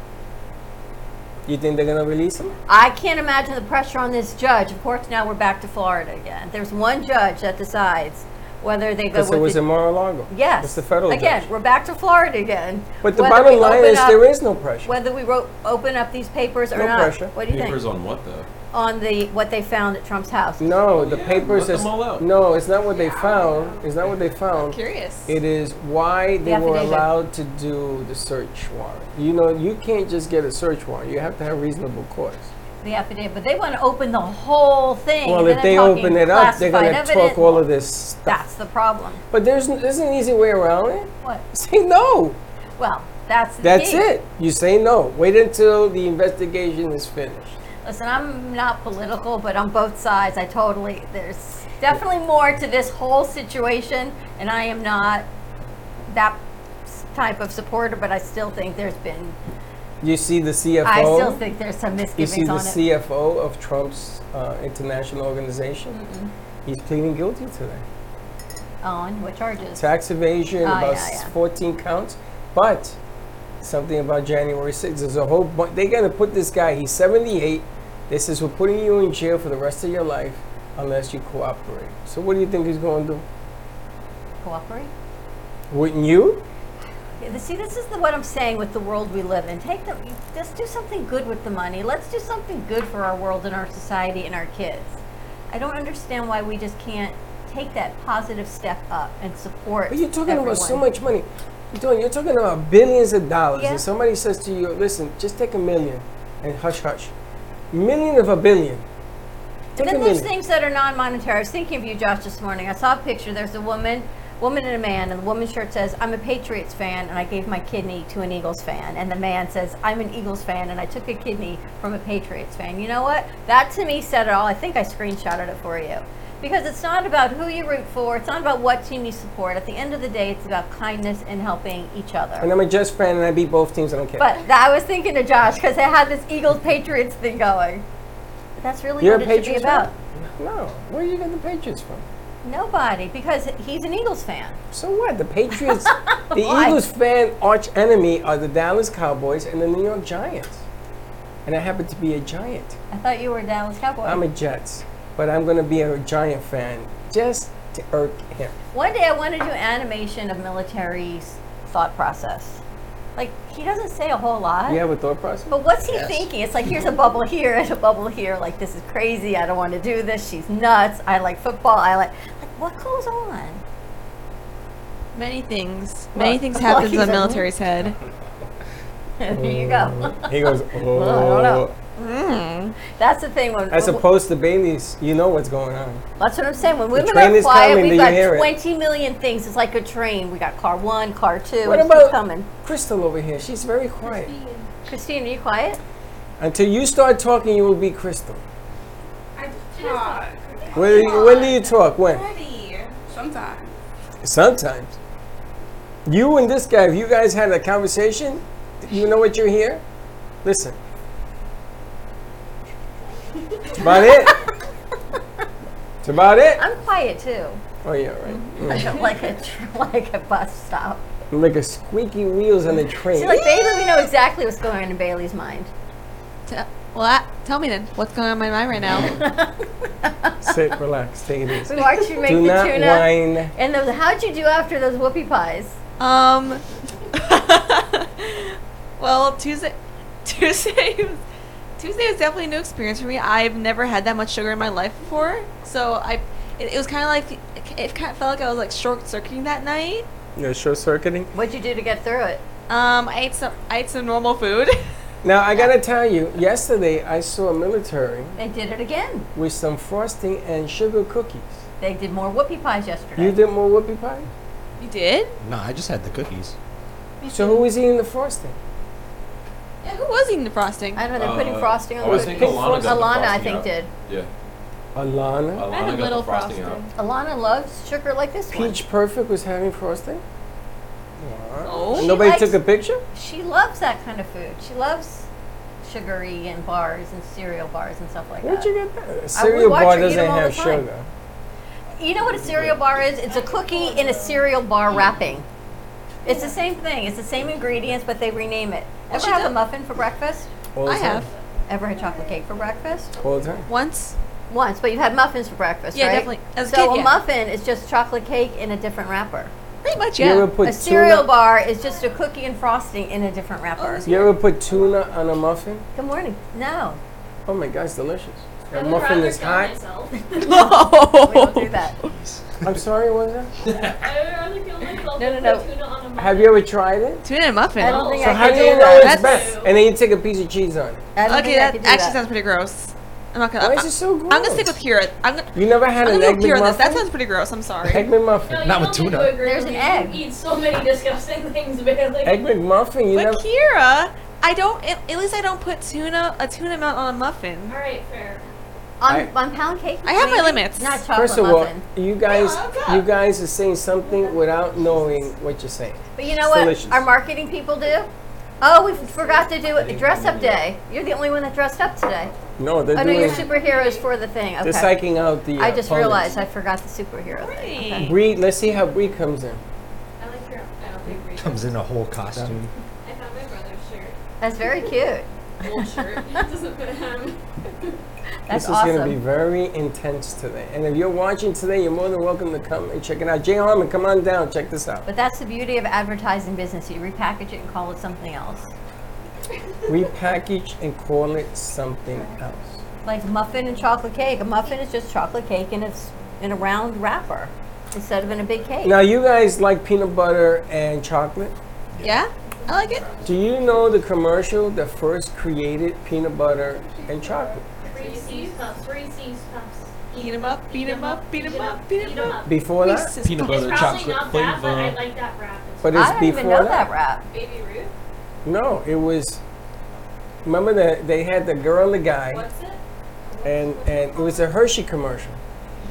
S4: You think they're gonna release him?
S2: I can't imagine the pressure on this judge. Of course, now we're back to Florida again. There's one judge that decides whether they go
S4: Because it
S2: with
S4: was
S2: the,
S4: in Mar-a-Lago.
S2: yes.
S4: It's the federal
S2: again.
S4: judge.
S2: We're back to Florida again.
S4: But the
S2: Whether
S4: bottom
S2: we
S4: line
S2: open
S4: is
S2: up-
S4: there is no pressure.
S2: whether we wrote, open up these papers or
S4: No
S2: not.
S4: pressure.
S2: What do you
S3: Papers
S2: think?
S3: on what though?
S2: on the what they found at Trump's house.
S4: No, the
S3: Yeah,
S4: papers
S3: let them
S4: is
S3: all out.
S4: no. It's not what they found. It's not what they found.
S5: Curious.
S4: It is why they were
S2: affidavit.
S4: allowed to do the search warrant. You know, you can't just get a search warrant. You have to have reasonable cause.
S2: The affidavit, but they want to open the whole thing.
S4: Well,
S2: Then
S4: if
S2: they're
S4: they
S2: talking
S4: open it up, they're going to
S2: classified evidence.
S4: talk all of this stuff.
S2: That's the problem.
S4: But there's, n- there's an easy way around it.
S2: What?
S4: Say no.
S2: Well, that's the
S4: That's
S2: key.
S4: it. You say no. Wait until the investigation is finished.
S2: Listen, I'm not political, but on both sides, I totally there's definitely more to this whole situation, and I am not that s- type of supporter, but I still think there's been
S4: You see the CFO.
S2: I still think there's some
S4: you
S2: misgivings
S4: see the
S2: on it.
S4: CFO of Trump's uh, international organization. He's pleading guilty today.
S2: on what charges?
S4: tax evasion,
S2: Ah,
S4: about
S2: yeah, yeah.
S4: 14 counts, but something about January 6th. There's a whole bunch. They got to put this guy, he's 78. This is we're putting you in jail for the rest of your life unless you cooperate. So, what do you think he's going to do?
S2: Cooperate.
S4: Wouldn't you?
S2: Yeah, See, this is the, what I'm saying with the world we live in. Take the, let's do something good with the money. Let's do something good for our world and our society and our kids. I don't understand why we just can't take that positive step up and support.
S4: But you're talking about so
S2: everyone.
S4: much money. You're, doing, you're talking about billions of dollars.
S2: Yeah.
S4: And somebody says to you, listen, just take a million and hush, hush. Million of a billion. Take
S2: And
S4: a
S2: then
S4: million.
S2: there's things that are non-monetary. I was thinking of you, Josh, this morning. I saw a picture. There's a woman, woman and a man, and the woman's shirt says, "I'm a Patriots fan, and I gave my kidney to an Eagles fan." And the man says, "I'm an Eagles fan, and I took a kidney from a Patriots fan." You know what? That to me said it all. I think I screenshotted it for you. Because it's not about who you root for. It's not about what team you support. At the end of the day, it's about kindness and helping each other.
S4: and I'm a Jets fan and I beat both teams. I don't care.
S2: But that, I was thinking of Josh because I had this Eagles Patriots thing going. But that's really
S4: You're
S2: what
S4: a
S2: it should
S4: Patriots
S2: be
S4: fan?
S2: about.
S4: no, where are you getting the Patriots from?
S2: Nobody, because he's an Eagles fan.
S4: So what? The Patriots, the
S2: Why?
S4: Eagles fan arch enemy are the Dallas Cowboys and the New York Giants. And I happen to be a Giant.
S2: I thought you were a Dallas Cowboy.
S4: I'm a Jets, but I'm going to be a Giant fan just to irk him.
S2: One day I want to do animation of military's thought process. Like, he doesn't say a whole lot.
S4: You have a thought process?
S2: But what's he
S4: Yes.
S2: thinking? It's like, here's a bubble here and a bubble here. Like, this is crazy. I don't want to do this. She's nuts. I like football. I like. Like, what goes on?
S5: Many things. Many
S4: What?
S5: things happens
S4: He's
S5: on
S4: like,
S5: military's head.
S2: there you go.
S4: He goes,
S2: don't know.
S4: oh.
S2: Hmm.
S5: Mm.
S2: That's the thing. When,
S4: As
S2: when-
S4: opposed to Bailey's, you know what's going on.
S2: That's what I'm saying. When women
S4: train
S2: are
S4: is
S2: quiet,
S4: coming. Do
S2: we've
S4: you
S2: got
S4: hear it?
S2: 20 million things. It's like a train. We got car one, car two.
S4: What
S2: it's
S4: about-
S2: just coming.
S4: Crystal over here, she's very quiet.
S2: Christine, are you quiet?
S4: Until you start talking, you will be Crystal.
S7: I just talk.
S4: When, do you- when do you talk? When?
S7: Pretty. Sometimes.
S4: Sometimes. You and this guy, if you guys had a conversation, you know what you hear? Listen. That's about it. That's about it.
S2: I'm quiet too.
S4: Oh, yeah, right.
S2: Like a, like a tr- like a bus stop.
S4: Like a squeaky wheels on a train.
S2: See, like Bailey, we know exactly what's going on in Bailey's mind.
S5: T- well, I- tell me then, what's going on in my mind right now?
S4: Sit, relax, take it easy.
S2: We watched you make
S4: Do
S2: the
S4: not
S2: tuna.
S4: whine.
S2: And those, how'd you do after those whoopie pies?
S5: um. well, Tuesday, Tuesday, was- Tuesday was definitely a new experience for me. I've never had that much sugar in my life before, so I, it, it was kind of like it, kind of felt like I was like short circuiting that night.
S4: You're short circuiting.
S2: What'd you do to get through it?
S5: Um, I ate some, I ate some normal food.
S4: Now, I gotta tell you, yesterday I saw military
S2: They did it again.
S4: with some frosting and sugar cookies.
S2: They did more whoopie pies yesterday.
S4: You did more whoopie pie?
S5: you did?
S8: No, I just had the cookies.
S4: So who was eating the frosting?
S5: Yeah, who was eating the frosting?
S2: I don't know. They're putting
S3: Uh,
S2: frosting on
S3: I was
S2: the
S3: thinking
S2: cookies.
S3: Alana got the
S2: Alana, I
S3: frosting
S2: think
S3: out.
S2: did.
S3: Yeah.
S4: Alana.
S3: Alana
S6: I had a
S3: got
S6: little
S3: the frosting, out.
S6: frosting.
S2: Alana loves sugar like this one.
S4: Peach Perfect was having frosting?
S5: Oh.
S4: And
S2: She
S4: Nobody
S2: likes-
S4: took a picture?
S2: She loves that kind of food. She loves sugary and bars and cereal bars and stuff like
S4: Where'd
S2: that.
S4: you get that? A cereal
S2: watch
S4: bar
S2: her eat 'em
S4: doesn't
S2: all the
S4: have
S2: time.
S4: sugar.
S2: You know what a cereal bar is? It's a cookie in a cereal bar wrapping. It's the same thing. It's the same ingredients, but they rename it. Ever
S5: she
S2: have a
S5: does-
S2: muffin for breakfast?
S4: All the
S5: I
S4: time.
S5: have
S2: Ever had chocolate cake for breakfast?
S4: All the time.
S5: once.
S2: Once, but you've had muffins for breakfast,
S5: Yeah,
S2: right?
S5: definitely. As
S2: so
S5: a kid,
S2: a
S5: yeah.
S2: muffin is just chocolate cake in a different wrapper.
S5: Pretty much,
S4: You
S5: yeah.
S4: ever put
S2: a cereal
S4: tuna?
S2: bar is just a cookie and frosting in a different wrapper.
S5: is it-
S4: You ever put tuna on a muffin?
S2: Good morning. No.
S4: Oh my god, it's delicious. That muffin is hot.
S6: myself.
S2: We don't do that.
S4: I'm sorry, what was that?
S6: I would rather kill myself
S2: No, no,
S6: than
S2: no.
S6: put tuna on a muffin.
S4: Have you ever tried it?
S5: Tuna and muffin.
S2: I don't think
S4: So
S2: I
S4: how
S2: could
S4: do
S2: do
S4: you know
S2: that.
S4: it's best? And then you take a piece of cheese on it.
S2: I don't
S5: okay,
S2: think I
S5: that
S2: could
S5: actually
S2: do that.
S5: sounds pretty gross. Uh, I'm not gonna.
S4: Why
S5: I,
S4: is it so gross?
S5: am gonna stick with Kira. I'm gonna.
S4: You never had
S5: I'm
S4: an
S5: gonna
S4: egg
S5: go Kira this. That
S4: McMuffin?
S5: sounds pretty gross. I'm sorry.
S4: Egg McMuffin.
S6: you
S8: Not with
S6: don't need to
S8: tuna.
S6: agree
S2: There's an
S6: with me.
S2: egg.
S6: You eat so many disgusting things, barely.
S4: Egg McMuffin. You
S5: But
S4: never.
S5: Kira, I don't. At at least I don't put tuna a tuna melt on a muffin.
S6: All right, fair.
S2: On, on pound cake.
S5: I have my
S2: maybe?
S5: limits.
S2: Not chocolate
S4: First of all,
S2: muffin.
S4: you guys,
S5: Yeah, what's
S4: you
S5: up?
S4: guys are saying something without knowing what you're saying.
S2: But you know what
S4: Delicious.
S2: our marketing people do? Oh, we forgot to do a dress up day. You're the only one that dressed up today.
S4: No, they're
S2: Oh no,
S4: doing.
S2: you're superheroes for the thing.
S4: They're
S2: Okay.
S4: psyching out the.
S2: I
S4: uh,
S2: just
S4: opponents.
S2: realized I forgot the superhero thing.
S5: Hey.
S4: Bree, let's see how Bree comes in.
S6: I like your. I don't think we.
S8: Comes in a whole costume.
S6: I found my brother's shirt.
S2: That's very cute.
S6: Old shirt. It doesn't fit him.
S2: That's
S4: this is going to be
S2: awesome.
S4: very intense today. And if you're watching today, you're more than welcome to come and check it out. Jay Harmon, come on down. Check this out.
S2: But that's the beauty of advertising business. You repackage it and call it something else.
S4: Repackage and call it something else.
S2: Like muffin and chocolate cake. A muffin is just chocolate cake and it's in a round wrapper instead of in a big cake.
S4: Now, you guys like peanut butter and chocolate.
S5: Yeah, I like it.
S4: Do you know the commercial that first created peanut butter and chocolate?
S6: Reese's puffs. Reese's puffs.
S5: Eat 'em up, beat 'em up, beat 'em up, beat 'em up.
S4: Before that?
S5: Reese's
S3: Peanut
S5: Puffs.
S3: butter
S6: Probably
S3: chocolate
S6: not that, but I
S3: flavor.
S6: like that wrap. It's
S4: But it's
S2: I don't
S4: before
S2: even know that wrap.
S6: baby Ruth.
S4: No, it was. Remember that they had the girl, the guy.
S6: What's it?
S4: and and it was a Hershey commercial,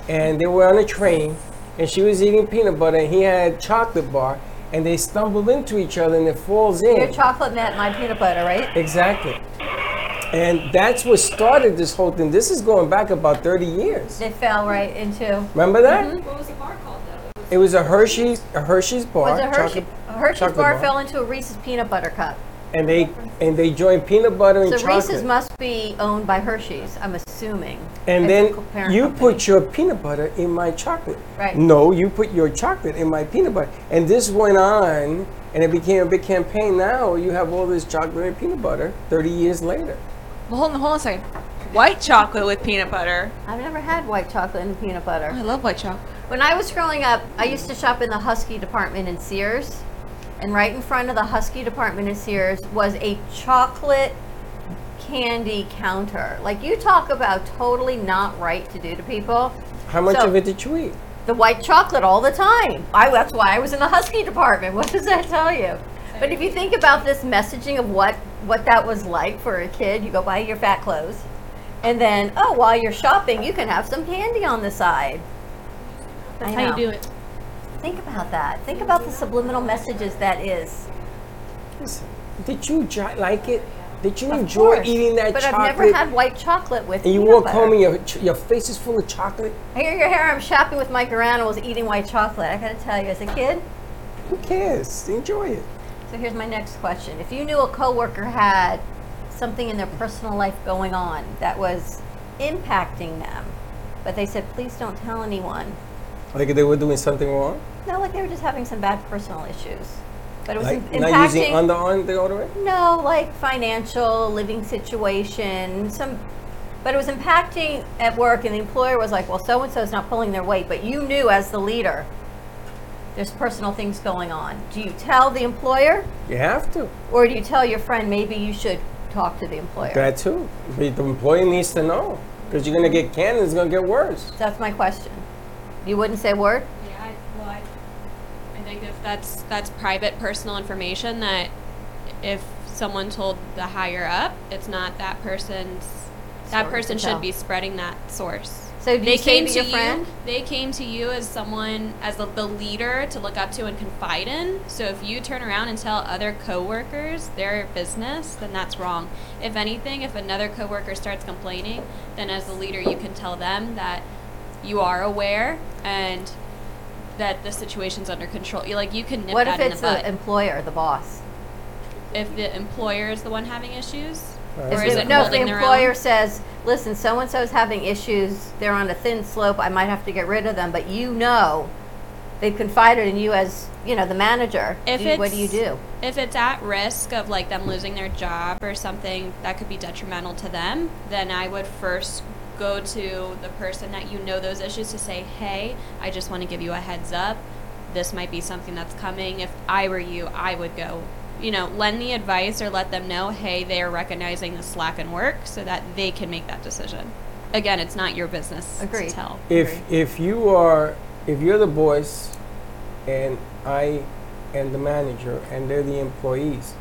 S4: and they were on a train, and she was eating peanut butter, and he had chocolate bar, and they stumbled into each other, and it falls
S2: Your
S4: in.
S2: chocolate met my peanut butter, right?
S4: exactly, and that's what started this whole thing. This is going back about 30 years.
S2: It fell right into.
S4: Remember that?
S6: Mm-hmm. What was the bar called though?
S4: It was a Hershey's a Hershey's bar,
S2: Was a Hershey,
S4: chocolate,
S2: a Hershey's
S4: chocolate
S2: bar, fell into a Reese's peanut butter cup.
S4: and they and they joined peanut butter and
S2: So
S4: Oh, chocolate.
S2: Reese's must be owned by Hershey's, I'm assuming.
S4: and
S2: It's a
S4: then
S2: co- parent
S4: you
S2: company.
S4: put your peanut butter in my chocolate.
S2: Right.
S4: No, you put your chocolate in my peanut butter. And this went on, and it became a big campaign. Now you have all this chocolate and peanut butter 30 years later.
S5: Well, hold on, hold on a second. White chocolate with peanut butter. Oh,
S2: I've never had white chocolate and peanut
S5: I
S2: butter.
S5: love white chocolate.
S2: When I was growing up, I used to shop in the Husky department in Sears. And right in front of the Husky department in Sears was a chocolate candy counter. Like you talk about totally not right to do to people.
S4: How much
S2: So-
S4: of it did you eat?
S2: the white chocolate all the time. I, that's why I was in the husky department. What does that tell you? But if you think about this messaging of what what that was like for a kid, you go buy your fat clothes, and then oh, while you're shopping, you can have some candy on the side.
S6: That's
S2: I
S6: how
S2: know.
S6: you do it.
S2: Think about that. Think about the subliminal messages that is.
S4: Listen, Did you jo- like it? Did you
S2: Of
S4: enjoy
S2: course.
S4: eating that
S2: But
S4: chocolate?
S2: I've never had white chocolate with.
S4: and you
S2: peanut
S4: walk
S2: butter.
S4: home and your, ch- your face is full of chocolate?
S2: Here, here, here! I'm shopping with my Garanimals, eating white chocolate. I gotta tell you, as a kid,
S4: Who cares? Enjoy it.
S2: So here's my next question. If you knew a coworker had something in their personal life going on that was impacting them, but they said, please don't tell anyone.
S4: Like they were doing something wrong?
S2: No, like they were just having some bad personal issues. But it was
S4: Like
S2: im-
S4: not using
S2: impacting.
S4: underarm deodorant?
S2: no, like financial, living situation, some. But it was impacting at work, and the employer was like, well, so and so is not pulling their weight. But you knew as the leader, there's personal things going on. Do you tell the employer?
S4: You have to.
S2: Or do you tell your friend maybe you should talk to the employer?
S4: That too. The the employee needs to know because you're going to get canned and it's going to get worse.
S2: That's my question. You wouldn't say a word?
S9: Yeah, I, well, I, I think if that's that's private personal information that if someone told the higher up, it's not that person's.
S2: Story to
S9: That person
S2: tell.
S9: should be spreading that source.
S2: So do you
S9: they
S2: say
S9: came
S2: to
S9: to,
S2: your
S9: you.
S2: friend?
S9: They came to you as someone, as the, the leader to look up to and confide in. So if you turn around and tell other coworkers their business, then that's wrong. If anything, if another coworker starts complaining, then as the leader, you can tell them that you are aware and that the situation's under control. You like you can nip
S2: What if
S9: that in
S2: it's
S9: the
S2: the
S9: bud.
S2: employer, the boss?
S9: if the employer is the one having issues,
S4: Right.
S9: or
S2: If
S9: is
S2: the-
S9: it
S2: no, if the
S9: holding their
S2: employer
S9: own?
S2: says, listen, so and so's having issues, they're on a thin slope, I might have to get rid of them, but you know they've confided in you as, you know, the manager.
S9: If
S2: Do you- what do you
S9: it's-
S2: do?
S9: if it's at risk of like them losing their job or something that could be detrimental to them, then I would first go to the person that you know those issues to say, hey, I just want to give you a heads up. This might be something that's coming. If I were you, I would go, you know, lend the advice or let them know, hey, they are recognizing the slack in work so that they can make that decision. Again, it's not your business
S2: Agreed.
S9: to tell.
S4: if if you are if you're the boss and I am the manager and they're the employees,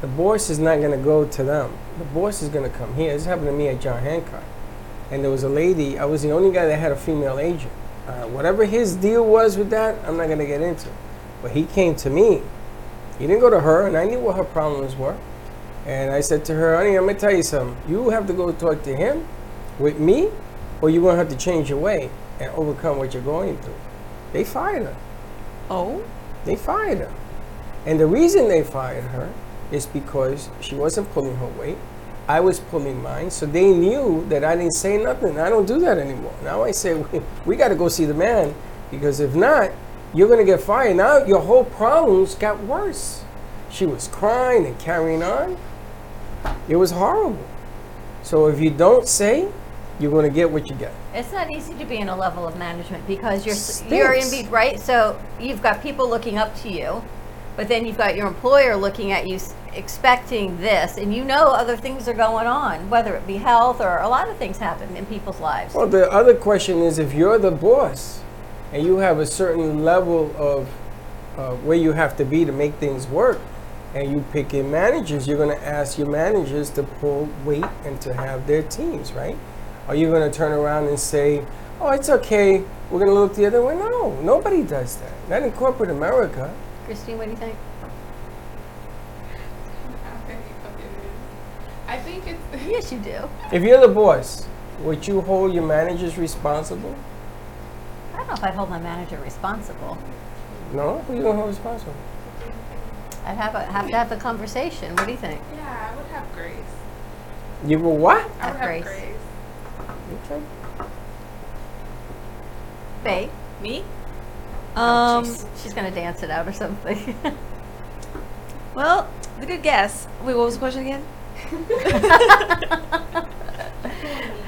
S4: the boss is not going to go to them. The boss is going to come here. This happened to me at John Hancock, and there was a lady. I was the only guy that had a female agent. Uh, whatever his deal was with that, I'm not going to get into. But he came to me. He didn't go to her, and I knew what her problems were. And I said to her, honey, I'm going to tell you something. You have to go talk to him with me, or you're going to have to change your way and overcome what you're going through. They fired her.
S5: Oh,
S4: They fired her. And the reason they fired her is because she wasn't pulling her weight. I was pulling mine. So they knew that I didn't say nothing. I don't do that anymore. Now I say, we, we got to go see the man because if not, you're going to get fired. Now your whole problems got worse. She was crying and carrying on. It was horrible. So if you don't say, you're going to get what you get.
S2: It's not easy to be in a level of management because you're s you're in
S4: Stinks.
S2: be- right. So you've got people looking up to you, but then you've got your employer looking at you s- expecting this, and you know other things are going on, whether it be health or a lot of things happen in people's lives.
S4: Well, the other question is if you're the boss and you have a certain level of uh, where you have to be to make things work, and you pick in managers, you're going to ask your managers to pull weight and to have their teams, right? Are you going to turn around and say, oh, it's okay, we're going to look the other way? No, nobody does that. Not in corporate America.
S2: Christine, what do you think?
S7: I think it's.
S2: Yes, you do.
S4: If you're the boss, would you hold your managers responsible?
S2: I don't know if I'd hold my manager responsible.
S4: No, who you going to hold responsible?
S2: I'd have a, have to have the conversation. What do you think?
S7: Yeah, I would have grace.
S4: You will what?
S7: I would
S2: Have grace.
S7: have grace.
S4: Okay.
S2: Faye,
S5: me?
S2: um,
S5: Um,
S2: she's gonna dance it out or something.
S5: well, it's a good guess. Wait, what was the question again?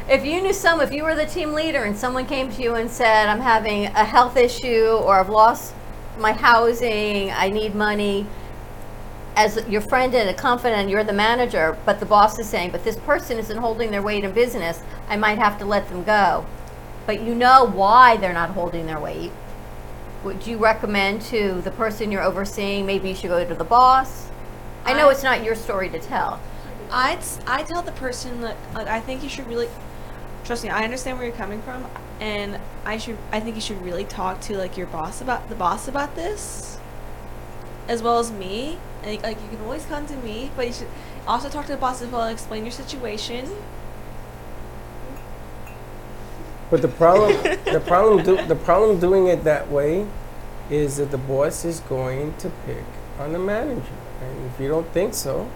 S2: If you knew some, if you were the team leader and someone came to you and said, I'm having a health issue or I've lost my housing, I need money, as your friend and a confidant, and you're the manager, but the boss is saying, but this person isn't holding their weight in business, I might have to let them go. But you know why they're not holding their weight. Would you recommend to the person you're overseeing, maybe you should go to the boss? I know
S5: I-
S2: it's not your story to tell.
S5: I t- I tell the person that like, I think you should really trust me. I understand where you're coming from, and I should I think you should really talk to like your boss about the boss about this, as well as me. Like, like you can always come to me, but you should also talk to the boss as well. and Explain your situation.
S4: But the problem, the problem, do, the problem doing it that way, is that the boss is going to pick on the manager, and if you don't think so,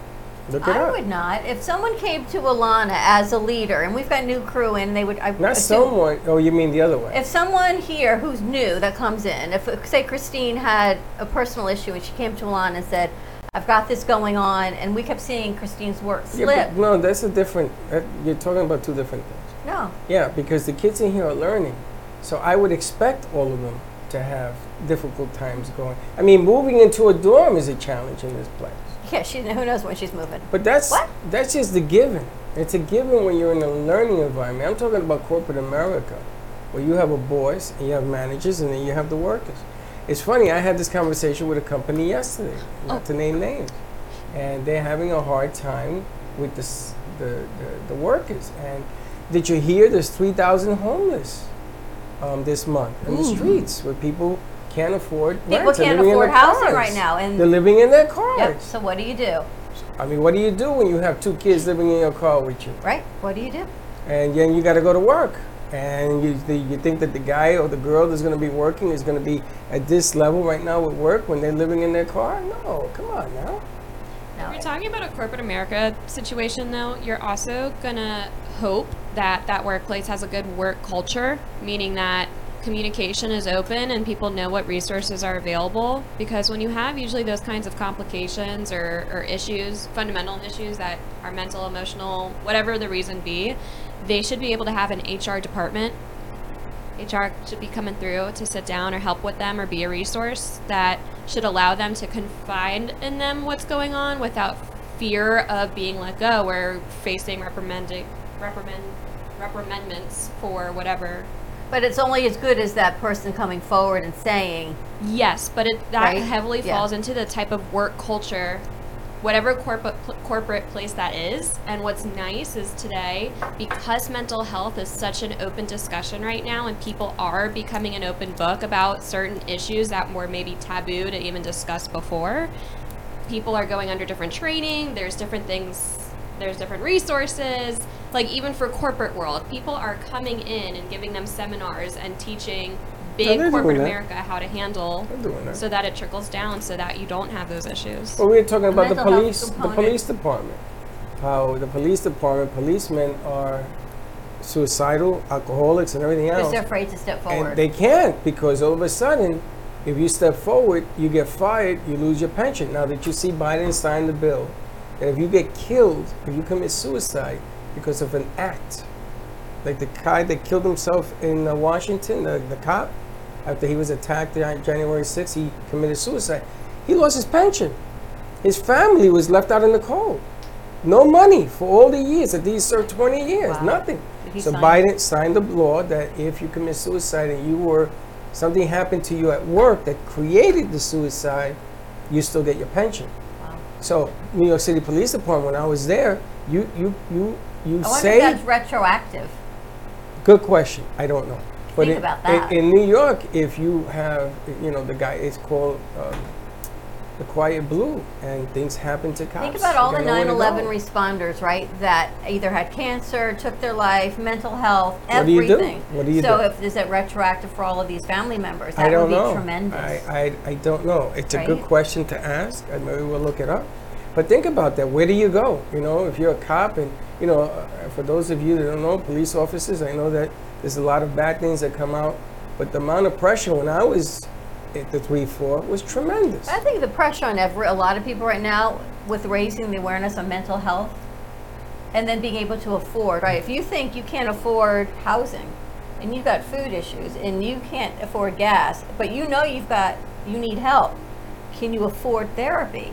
S4: look it
S2: I
S4: up.
S2: would not. If someone came to Alana as a leader, and we've got new crew in, they would. I
S4: Not
S2: assume-
S4: someone. Oh, you mean the other way?
S2: If someone here who's new that comes in, if say Christine had a personal issue and she came to Alana and said, "I've got this going on," and we kept seeing Christine's work
S4: Yeah,
S2: slip.
S4: but no, that's a different. That, you're talking about two different things.
S2: no,
S4: Yeah, because the kids in here are learning, so I would expect all of them to have difficult times going. I mean, moving into a dorm is a challenge in this place.
S2: yeah, she who knows when she's moving.
S4: But that's
S2: What?
S4: that's just the given. It's a given when you're in a learning environment. I'm talking about corporate America, where you have a boss and you have managers and then you have the workers. It's funny. I had this conversation with a company yesterday,
S2: Oh.
S4: not to name names, and they're having a hard time with the s- the, the, the workers. And did you hear? There's three thousand homeless um, this month in the streets where people can't afford
S2: People
S4: rent. They're
S2: can't
S4: living in
S2: afford
S4: their
S2: housing
S4: cars.
S2: right now, and-
S4: they're living in their cars.
S2: Yep. So what do you do,
S4: I mean, what do you do when you have two kids living in your car with you,
S2: right? What do you do?
S4: and then you got to go to work, and you th- you think that the guy or the girl that's going to be working is going to be at this level right now with work when they're living in their car? No, come on now.
S2: No.
S9: If you're talking about a corporate America situation, though, you're also gonna hope that that workplace has a good work culture, meaning that communication is open and people know what resources are available. Because when you have usually those kinds of complications or, or issues, fundamental issues that are mental, emotional, whatever the reason be, they should be able to have an HR department. HR should be coming through to sit down or help with them or be a resource that should allow them to confide in them what's going on without fear of being let go or facing reprimanding reprimand reprimandments for whatever
S2: But it's only as good as that person coming forward and saying,
S9: Yes, but it, that
S2: Right?
S9: heavily
S2: Yeah.
S9: falls into the type of work culture, whatever corporate pl- corporate place that is. And what's nice is today, because mental health is such an open discussion right now, and people are becoming an open book about certain issues that were maybe taboo to even discuss before. People are going under different training. There's different things. There's different resources. Like even for corporate world, people are coming in and giving them seminars and teaching big
S4: they're doing
S9: corporate
S4: that.
S9: America uh, how to handle
S4: They're doing that. Oh.
S9: so that it trickles down so that you don't have those issues.
S4: Well, we were talking about the
S2: Mental health
S4: police, the
S2: component.
S4: police department. How the police department, policemen are suicidal, alcoholics, and everything
S2: because
S4: else.
S2: they're afraid to
S4: And
S2: step forward.
S4: they can't because all of a sudden, if you step forward, you get fired, you lose your pension. Now that you see Biden sign the bill, that if you get killed, if you commit suicide because of an act, like the guy that killed himself in uh, Washington, the, the cop, after he was attacked on January 6th, he committed suicide. He lost his pension. His family was left out in the cold. No money for all the years that he served 20 years,
S2: Wow.
S4: nothing.
S2: Did he
S4: so
S2: sign
S4: Biden signed a law that if you commit suicide and you were, something happened to you at work that created the suicide, you still get your pension. So New York City Police Department, when I was there, you, you, you, you
S2: Oh, I wonder if
S4: saved
S2: that's retroactive.
S4: Good question. I don't know. But
S2: Think
S4: in,
S2: about
S4: in-
S2: that.
S4: In, New York, if you have, you know, the guy it's called um, the Quiet Blue, and things happen to cops.
S2: Think about all
S4: They
S2: the
S4: don't know where
S2: 9
S4: to
S2: 11
S4: go.
S2: responders, right? That either had cancer, took their life, mental health,
S4: What do you do?
S2: everything.
S4: What do you
S2: so
S4: do?
S2: if is it retroactive for all of these family members? That
S4: I don't
S2: would be
S4: know.
S2: tremendous.
S4: I, I, I don't know. It's a good
S2: Right?
S4: question to ask. I maybe we'll look it up. But think about that. Where do you go? You know, if you're a cop, and you know, uh, for those of you that don't know, police officers, I know that there's a lot of bad things that come out, but the amount of pressure when I was at the three four was tremendous.
S2: I think the pressure on every, a lot of people right now with raising the awareness on mental health and then being able to afford, right? If you think you can't afford housing and you've got food issues and you can't afford gas, but you know you've got, you need help, can you afford therapy?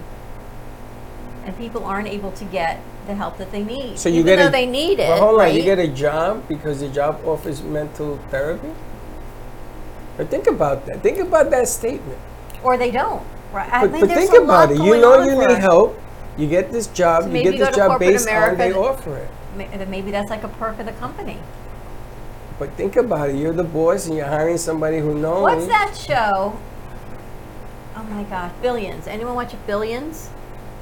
S2: And people aren't able to get the help that they need.
S4: So you
S2: even
S4: get
S2: though
S4: a-
S2: they need it.
S4: But hold on, you
S2: right?
S4: get a job because the job offers mental therapy? But think about that. Think about that statement.
S2: or they don't. Right? I
S4: But,
S2: think
S4: but
S2: there's
S4: think
S2: a
S4: about
S2: lot
S4: it. You
S2: going
S4: know
S2: on
S4: you
S2: for
S4: need
S2: us.
S4: help. You get this job.
S2: So
S4: you
S2: maybe
S4: get
S2: go
S4: this
S2: to
S4: job
S2: corporate
S4: based
S2: America
S4: on they
S2: that-
S4: offer it.
S2: May- Maybe that's like a perk of the company.
S4: But think about it. You're the boss and you're hiring somebody who knows.
S2: What's that show? Oh my gosh, Billions. Anyone watch Billions?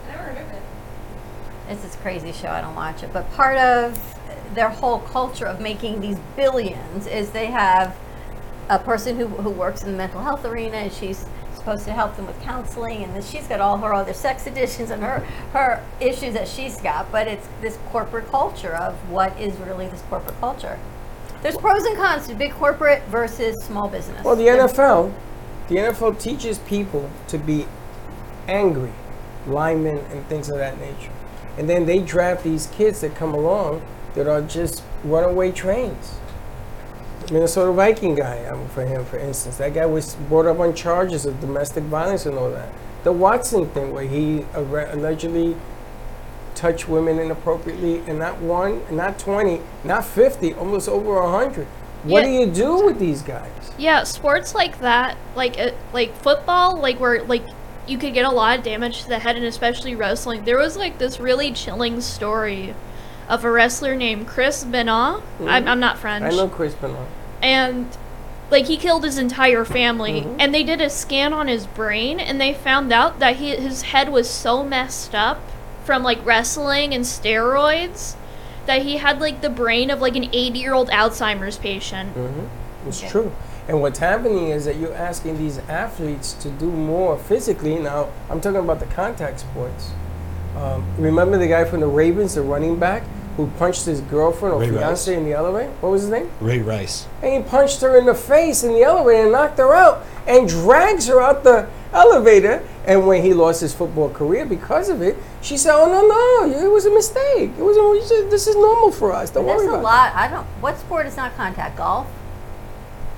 S7: I never remember it.
S2: It's this crazy show. I don't watch it, but part of their whole culture of making these billions is they have a person who, who works in the mental health arena, and she's supposed to help them with counseling, and then she's got all her other sex additions and her her issues that she's got. But it's this corporate culture of what is really this corporate culture. There's pros and cons to big corporate versus small business.
S4: Well, the
S2: There's-
S4: NFL, the NFL teaches people to be angry, linemen and things of that nature. And then they draft these kids that come along that are just runaway trains. Minnesota Viking guy, um, for him, for instance, that guy was brought up on charges of domestic violence and all that. The Watson thing, where he arre- allegedly touch women inappropriately, and not one, not 20, not 50, almost over 100. What do
S6: Yeah.
S4: you do with these guys?
S6: Yeah, sports like that, like uh, like football, like where like you could get a lot of damage to the head, and especially wrestling. There was like this really chilling story of a wrestler named Chris Benoit. I'm, I'm not French,
S4: I know Chris Benoit.
S6: and like he killed his entire family. And they did a scan on his brain, and they found out that he, his head was so messed up from like wrestling and steroids that he had like the brain of like an 80 year old Alzheimer's patient.
S4: It's true. And what's happening is that you're asking these athletes to do more physically. Now, I'm talking about the contact sports. Um, remember the guy from the Ravens, the running back, who punched his girlfriend or
S8: Ray
S4: fiance
S8: Rice.
S4: in the elevator? What was his name?
S8: Ray Rice.
S4: And he punched her in the face in the elevator and knocked her out and drags her out the elevator. And when he lost his football career because of it, she said, "Oh no, no, it was a mistake. It was a, you should- this is normal for us. Don't
S2: There's
S4: worry
S2: a
S4: about
S2: lot. I don't. What sport is not contact? Golf,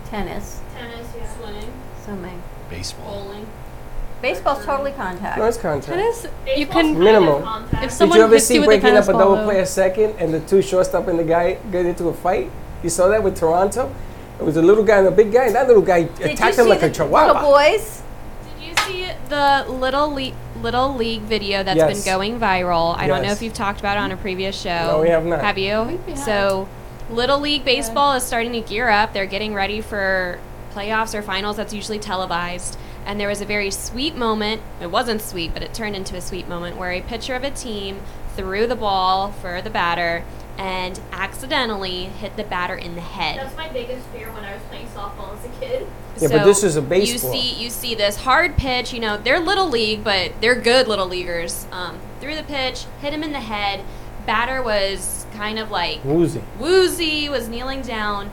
S2: tennis,
S6: Tennis, yeah.
S9: Swimming,
S2: swimming.
S1: Baseball.
S9: bowling.
S2: Baseball's totally
S4: it."
S2: contact.
S4: No, it's contact.
S8: Tennis, you
S6: Baseball's
S8: can.
S6: kind of
S4: Minimal.
S6: contact.
S8: If
S4: Did
S8: someone
S4: you ever
S8: hits
S4: see
S8: you with a
S4: breaking up
S8: tennis
S4: a double
S8: ball,
S4: play
S8: though.
S4: a second and the two shortstop and the guy get into a fight? You saw that with Toronto? It was a little guy and a big guy, and that little guy
S2: Did you
S4: attacked
S2: see
S4: him like
S2: the
S4: a chihuahua.
S2: little boys?
S9: Did you see the little Le- little league video that's
S4: Yes.
S9: been going viral? I don't know
S4: Yes.
S9: if you've talked about it on a previous show.
S4: No, we have not.
S9: Have you? So, little league baseball is starting to gear up. They're getting ready for playoffs or finals. That's usually televised. And there was a very sweet moment. It wasn't sweet, but it turned into a sweet moment where a pitcher of a team threw the ball for the batter and accidentally hit the batter in the head.
S6: That's my biggest fear when I was playing softball as a kid.
S4: Yeah, but this is a baseball.
S9: You see, you see this hard pitch. You know, they're little league, but they're good little leaguers. Um, threw the pitch, hit him in the head. Batter was kind of like
S4: Woozy.
S9: woozy, was kneeling down.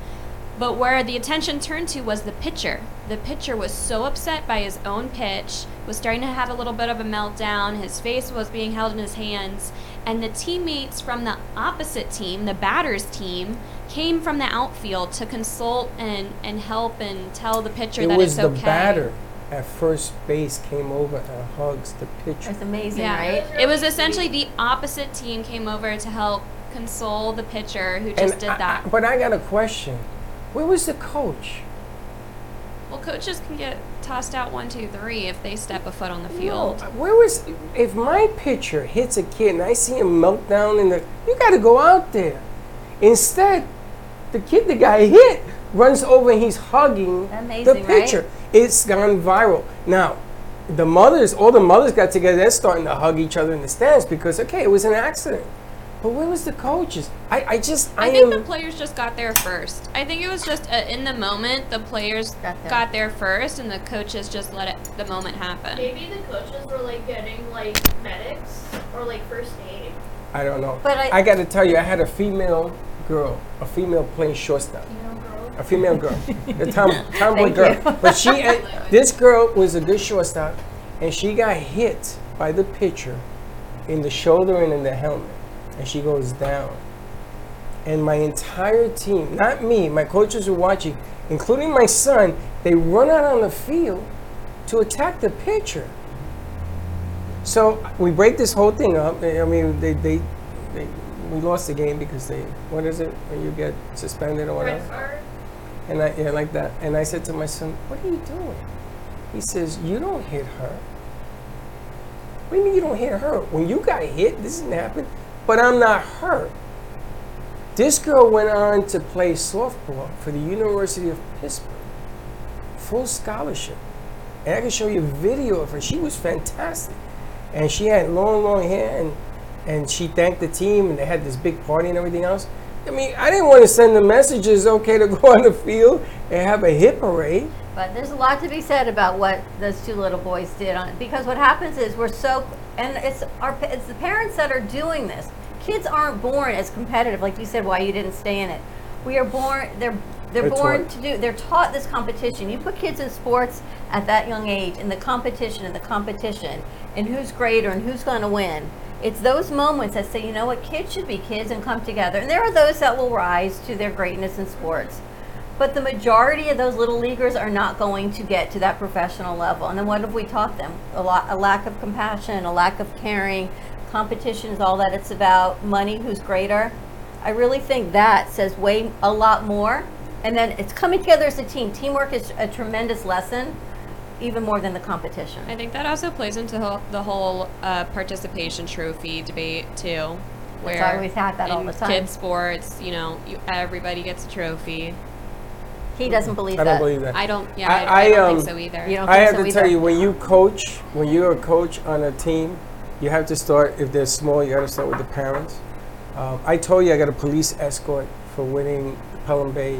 S9: But where the attention turned to was the pitcher. The pitcher was so upset by his own pitch, was starting to have a little bit of a meltdown. His face was being held in his hands. And the teammates from the opposite team, the batter's team, came from the outfield to consult and, and help and tell the pitcher
S4: It
S9: that
S4: was
S9: it's
S4: the
S9: okay.
S4: batter at first base came over and hugs the pitcher.
S2: It's amazing,
S9: Yeah,
S2: right?
S9: it was essentially the opposite team came over to help console the pitcher who just
S4: And
S9: did
S4: I- I-
S9: that.
S4: but I got a question. Where was the coach?
S9: Well, coaches can get tossed out one, two, three if they step a foot on the field.
S4: Where was if my pitcher hits a kid and I see him melt down in the you gotta go out there. Instead, the kid the guy hit runs over and he's hugging the
S2: Amazing, right?
S4: pitcher. It's gone viral. Now, the mothers, all the mothers got together, they're starting to hug each other in the stands because okay, it was an accident. But where was the coaches? I, I just I,
S9: I think the
S4: am
S9: players just got there first. I think it was just uh in the moment the players
S2: Got there.
S9: got there first, and the coaches just let it, the moment happen.
S6: Maybe the coaches were like getting like medics or like first aid.
S4: I don't know.
S2: But I-
S4: I gotta tell you, I had a female girl, a female playing shortstop. a female girl, the tom, tomboy
S2: Thank
S4: girl.
S2: you.
S4: But she, and this girl was a good shortstop, and she got hit by the pitcher in the shoulder and in the helmet, and she goes down. And my entire team, not me, my coaches were watching, including my son. They run out on the field to attack the pitcher. So we break this whole thing up. eh, I I mean, they, they, they we lost the game because they, what is it? When you get suspended or whatever?
S6: Red card.
S4: And I, yeah, like that. And I said to my son, What are you doing? He says, You don't hit her. What do you mean you don't hit her? When you got hit, this didn't happen. But I'm not hurt. This girl went on to play softball for the University of Pittsburgh, full scholarship. And I can show you a video of her. She was fantastic. And she had long, long hair, and, and she thanked the team, and they had this big party and everything else. I mean, I didn't want to send the message it's okay to go on the field and have a hit parade.
S2: But there's a lot to be said about what those two little boys did on because what happens is we're so and it's our pa- it's the parents that are doing this. Kids aren't born as competitive, like you said, why you didn't stay in it. We are born they're they're,
S4: They're
S2: born
S4: taught.
S2: to do they're taught this competition. You put kids in sports at that young age and the competition and the competition and who's greater and who's gonna win. It's those moments that say, you know what, kids should be kids and come together. And there are those that will rise to their greatness in sports. But the majority of those little leaguers are not going to get to that professional level. And then what have we taught them? A lot, a lack of compassion, a lack of caring. Competition is all that it's about. Money, who's greater? I really think that says way a lot more. And then it's coming together as a team. Teamwork is a tremendous lesson, even more than the competition.
S9: I think that also plays into ho- the whole uh, participation trophy debate too. Where
S2: why we have that all
S9: in
S2: the time.
S9: Kid sports, you know, you, everybody gets a trophy.
S2: He doesn't believe
S4: I
S2: that.
S4: don't believe that.
S9: I don't. Yeah,
S4: I-
S9: I, I,
S4: I,
S9: don't
S4: um,
S9: think so either.
S2: You don't
S4: I
S2: think
S4: have
S2: so
S4: to
S2: either.
S4: tell you, when you coach, when you're a coach on a team, you have to start, if they're small, you got to start with the parents. Um, I told you I got a police escort for winning the Pelham Bay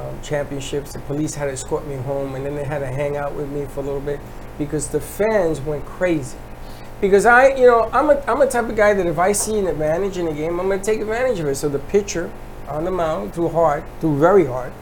S4: um, championships. The police had to escort me home, and then they had to hang out with me for a little bit because the fans went crazy. Because I, you know, I'm a, I'm a type of guy that if I see an advantage in a game, I'm going to take advantage of it. So the pitcher on the mound threw hard, threw very hard,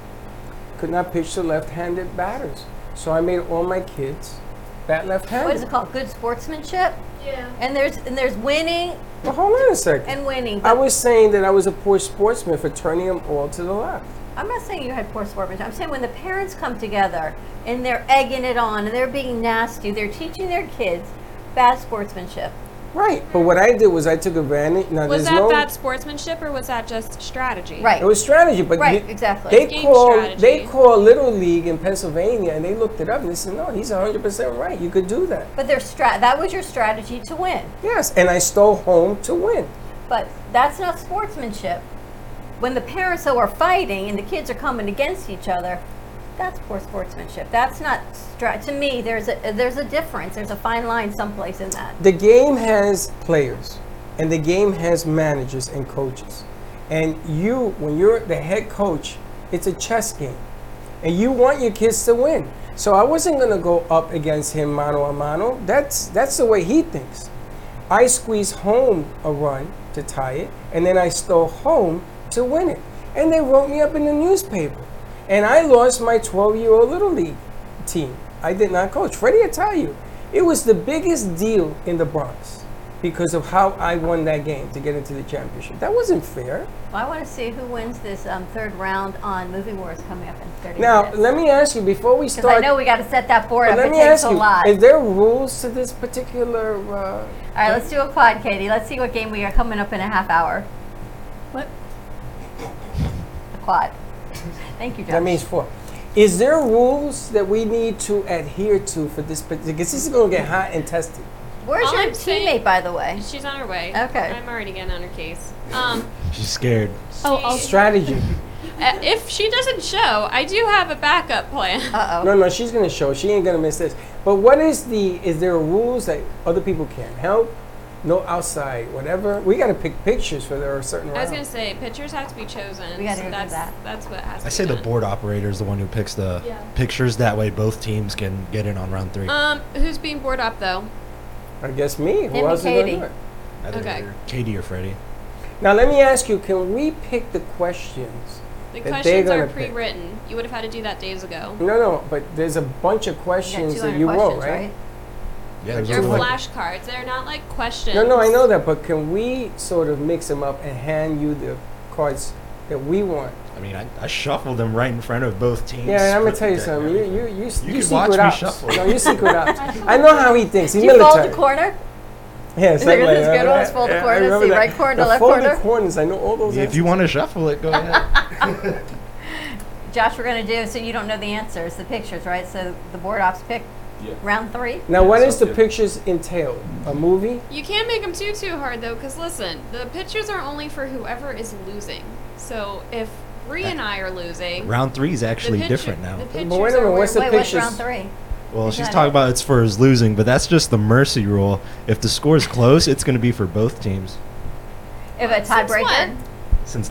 S4: could not pitch to left-handed batters. So I made all my kids bat left-handed.
S2: What is it called? Good sportsmanship.
S6: Yeah.
S2: And there's and there's winning
S4: Well, hold on a second.
S2: and winning.
S4: I was saying that I was a poor sportsman for turning them all to the left.
S2: I'm not saying you had poor sportsmanship. I'm saying when the parents come together and they're egging it on and they're being nasty, they're teaching their kids bad sportsmanship.
S4: Right. But what I did was I took advantage. Now,
S9: Was
S4: there's
S9: that
S4: no.
S9: bad sportsmanship or was that just strategy?
S2: Right.
S4: It was strategy, but
S2: Right,
S4: you-
S2: exactly.
S4: They
S9: Game
S4: call they
S9: strategy.
S4: call little league in Pennsylvania, and they looked it up and they said, "No, he's 100 percent right. You could do that."
S2: But their strat that was your strategy to win.
S4: Yes, and I stole home to win.
S2: But that's not sportsmanship. When the parents though are fighting and the kids are coming against each other, that's poor sportsmanship. That's not stra- to me. There's a there's a difference. There's a fine line someplace in that.
S4: The game has players, and the game has managers and coaches. And you, when you're the head coach, it's a chess game, and you want your kids to win. So I wasn't gonna go up against him mano a mano. That's that's the way he thinks. I squeezed home a run to tie it, and then I stole home to win it. And they wrote me up in the newspaper. And I lost my 12 year old Little League team. I did not coach. Freddie, I tell you, it was the biggest deal in the Bronx because of how I won that game to get into the championship. That wasn't fair.
S2: Well, I want to see who wins this um, third round on Movie Wars coming up in 30
S4: Now,
S2: minutes.
S4: let me ask you before we
S2: Because I
S4: start.
S2: know we got to set that board
S4: but
S2: up.
S4: let
S2: it
S4: me
S2: takes
S4: ask
S2: a
S4: you,
S2: lot.
S4: is there rules to this particular? Uh,
S2: All right, let's do a quad, Katie. Let's see what game we are coming up in a half hour.
S6: What?
S2: A quad. Thank you, Josh.
S4: That means four. Is there rules that we need to adhere to for this? Because this is going to get hot and testy.
S2: Where's
S9: All
S2: your
S9: I'm
S2: teammate,
S9: saying-
S2: by the way?
S9: She's on her way.
S2: Okay.
S9: I'm already getting on her case. Um,
S8: She's scared.
S6: Oh, I'll
S4: Strategy.
S9: uh, if she doesn't show, I do have a backup plan.
S2: Uh oh.
S4: No, no, she's going to show. She ain't going to miss this. But what is the? Is there rules that other people can't help? No outside, whatever. We got to pick pictures for there are certain.
S9: I was gonna
S4: rounds.
S9: say pictures have to be chosen.
S2: We gotta
S9: so
S2: remove
S9: that's,
S2: that.
S9: That's what has. To
S8: I
S9: be
S8: say the
S9: done.
S8: board operator is the one who picks the
S6: Yeah.
S8: pictures. That way, both teams can get in on round three.
S9: Um, who's being board op though?
S4: I guess me. Who
S2: and
S4: else is going to
S2: Katie.
S4: do it?
S8: Either
S9: okay.
S8: Katie or Freddie.
S4: Now let me ask you: Can we pick the questions?
S9: The
S4: That they're
S9: questions
S4: gonna
S9: are
S4: pick.
S9: pre-written. You would have had to do that days ago.
S4: No, no. But there's a bunch of
S2: You got
S4: questions
S2: 200
S4: that you
S2: questions,
S4: wrote, right?
S8: Yeah,
S4: But
S8: there's
S9: They're
S8: only like-
S9: flashcards. They're not like questions.
S4: No, no, I know that, but can we sort of mix them up and hand you the cards that we want?
S8: I mean, I, I shuffled them right in front of both teams.
S4: Yeah, and I'm gonna
S8: Put
S4: tell you
S8: the deck
S4: something. You,
S8: ready.
S4: you, you, s-
S8: You
S4: you
S8: can watch
S4: secret
S8: me
S4: ops.
S8: shuffle.
S4: No, you secret ops. I know how he thinks. He's
S2: Do you fold
S4: military.
S2: the corner?
S4: Yes,
S2: Isn't it
S4: like-
S2: his good ones? Fold the
S4: I- I
S2: corners,
S4: remember
S2: see
S4: that.
S2: right corner to
S4: The
S2: left
S4: folded
S2: corner?
S4: corners. I know all those.
S8: if you want to shuffle it, go ahead.
S2: Josh, we're going to do, so you don't know the answers, the pictures, right? So the board ops pick
S3: Yeah.
S2: round three?
S4: Now, what
S3: Yeah,
S4: is
S3: so
S4: the
S3: if-
S4: pictures entail? A movie?
S9: You can't make them too too hard though, because listen, the pictures are only for whoever is losing. So if Bree and I are losing,
S8: round three is
S9: the
S8: actually
S9: picture-
S8: different now.
S9: The
S4: wait
S9: pictures
S4: a
S9: are
S4: minute,
S9: where
S4: what's the
S2: Wait, what's
S4: pictures.
S2: round three?
S8: Well, she's
S2: got
S8: talking
S2: it.
S8: about it's for his losing, but that's just the mercy rule. If the score is close, it's going to be for both teams.
S2: If a tiebreaker?
S9: one.
S8: Since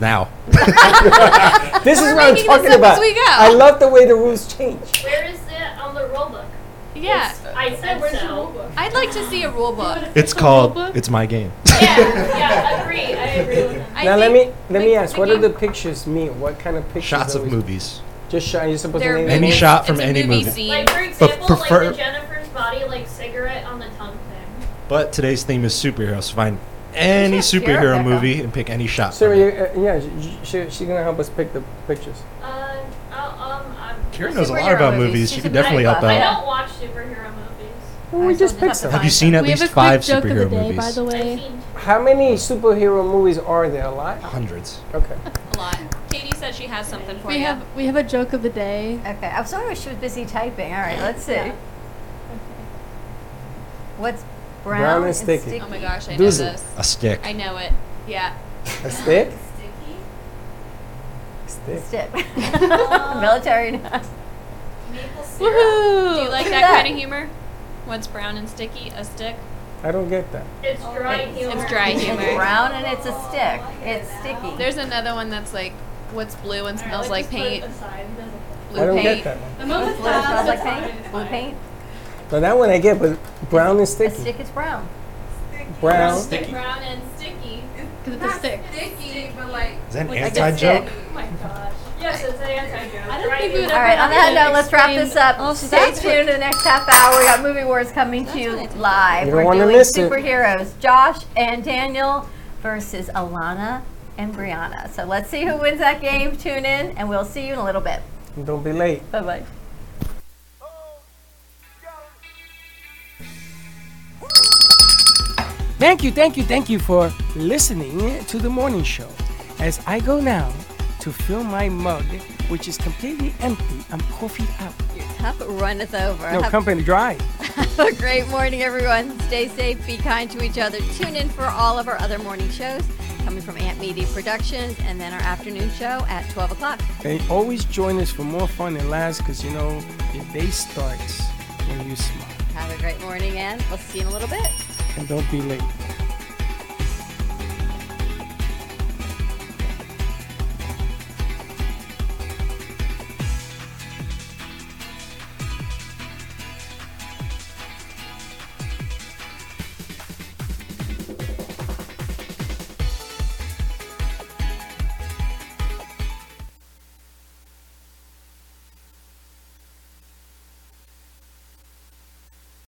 S8: now,
S4: This is
S9: We're
S4: what I'm
S9: making this
S4: talking
S9: up as
S4: about.
S9: we go.
S4: I love the way the rules change.
S6: Where is it on the rule book?
S9: Yeah,
S6: I said so.
S9: I'd like to see a rule book.
S8: it's called "It's My Game."
S6: Yeah, yeah, agree. I agree with him.
S9: I
S4: now, let me
S9: think
S4: let me
S9: the-
S4: ask.
S9: the
S4: What do
S9: game-
S4: the pictures mean? What kind of pictures?
S8: Shots
S4: are
S8: of
S4: we-
S8: movies,
S4: Just shot. You're supposed to
S9: They're
S4: name
S8: any
S4: it.
S9: movies.
S8: shot from
S9: It's a
S8: any movie.
S9: scene.
S6: Like for example,
S8: prefer-
S6: like the Jennifer's body, like cigarette on the tongue thing.
S8: but today's theme is superheroes. So find any
S2: Who's your hero,
S8: superhero
S2: Becca?
S8: movie and pick any shot.
S4: So
S8: from
S4: you,
S8: it.
S4: uh, yeah, she, she, she's gonna help us pick the pictures.
S6: Uh, I'll, um, I'm,
S8: Kira knows a lot
S2: Superhero
S8: about
S2: movies.
S8: movies.
S2: She's
S8: She
S2: a
S8: could definitely
S2: bad
S8: help
S2: buff.
S6: I
S8: out.
S6: don't watch superhero movies.
S4: Well, we
S2: Alright, so
S4: just
S2: we'll have
S4: picked
S2: to
S4: some.
S8: Have
S2: find
S8: you seen at
S7: we have a
S8: least
S7: quick
S8: five
S7: joke of the
S8: superhero
S7: day, by
S8: movies?
S7: the
S6: I've
S7: way.
S6: seen
S4: How many superhero movies are there? A lot.
S8: Hundreds.
S4: Okay.
S9: a lot. Katie said she has something for
S7: We
S9: you.
S7: have we have a joke of the day.
S2: Okay, I was wondering if she was busy typing. All right, let's see.
S6: Yeah.
S2: What's brown,
S4: Brown and
S2: and
S4: sticky.
S2: sticky?
S9: oh my gosh, I know
S4: Doozle.
S9: this.
S8: A stick.
S9: I know it. Yeah.
S4: A stick.
S6: Sticky.
S4: Stick.
S2: Stick. Military. nuts.
S6: Maple syrup.
S9: Do you
S7: Woohoo!
S9: like
S2: Look at
S9: that kind
S2: that.
S9: of humor? What's brown and sticky? A stick.
S4: I don't get that.
S6: It's dry humor.
S9: It's dry
S2: It's
S9: humor.
S2: brown and it's a stick. It's sticky.
S9: There's another one that's like, what's blue and smells like paint? Blue
S4: I don't
S9: paint.
S4: get that one.
S2: Blue smells like paint. Blue paint.
S4: Now that one I get, but brown and
S2: A
S4: sticky.
S2: stick is brown.
S4: Brown.
S3: Sticky.
S9: Brown and sticky.
S7: Because it's a stick.
S9: Sticky, but like.
S8: Is that an
S9: like
S8: anti joke?
S9: Oh my gosh.
S6: Yes, it's an anti-joke.
S9: I don't think we would
S2: All right, on that note, let's wrap this up.
S9: Oh, so
S2: Stay
S9: that's what-
S2: tuned to the next half hour. We got Movie Wars coming to you live.
S4: You don't
S2: We're
S4: wanna
S2: doing
S4: miss it.
S2: superheroes, Josh and Daniel versus Alana and Brianna. So let's see who wins that game. Tune in, and we'll see you in a little bit.
S4: Don't be late.
S2: Bye bye.
S4: Thank you, thank you, thank you for listening to the morning show. As I go now to fill my mug, which is completely empty, I'm coffee out.
S2: Cup runneth over.
S4: No,
S5: Uh-huh.
S2: Have
S4: come and dry.
S2: a great morning, everyone. Stay safe, be kind to each other. Tune in for all of our other morning shows coming from Ant Media Productions and then our afternoon show at 12 o'clock.
S4: And always join us for more fun and laughs because you know, your day starts when you smile.
S2: Have a great morning, and we'll see you in a little bit.
S4: And don't be late.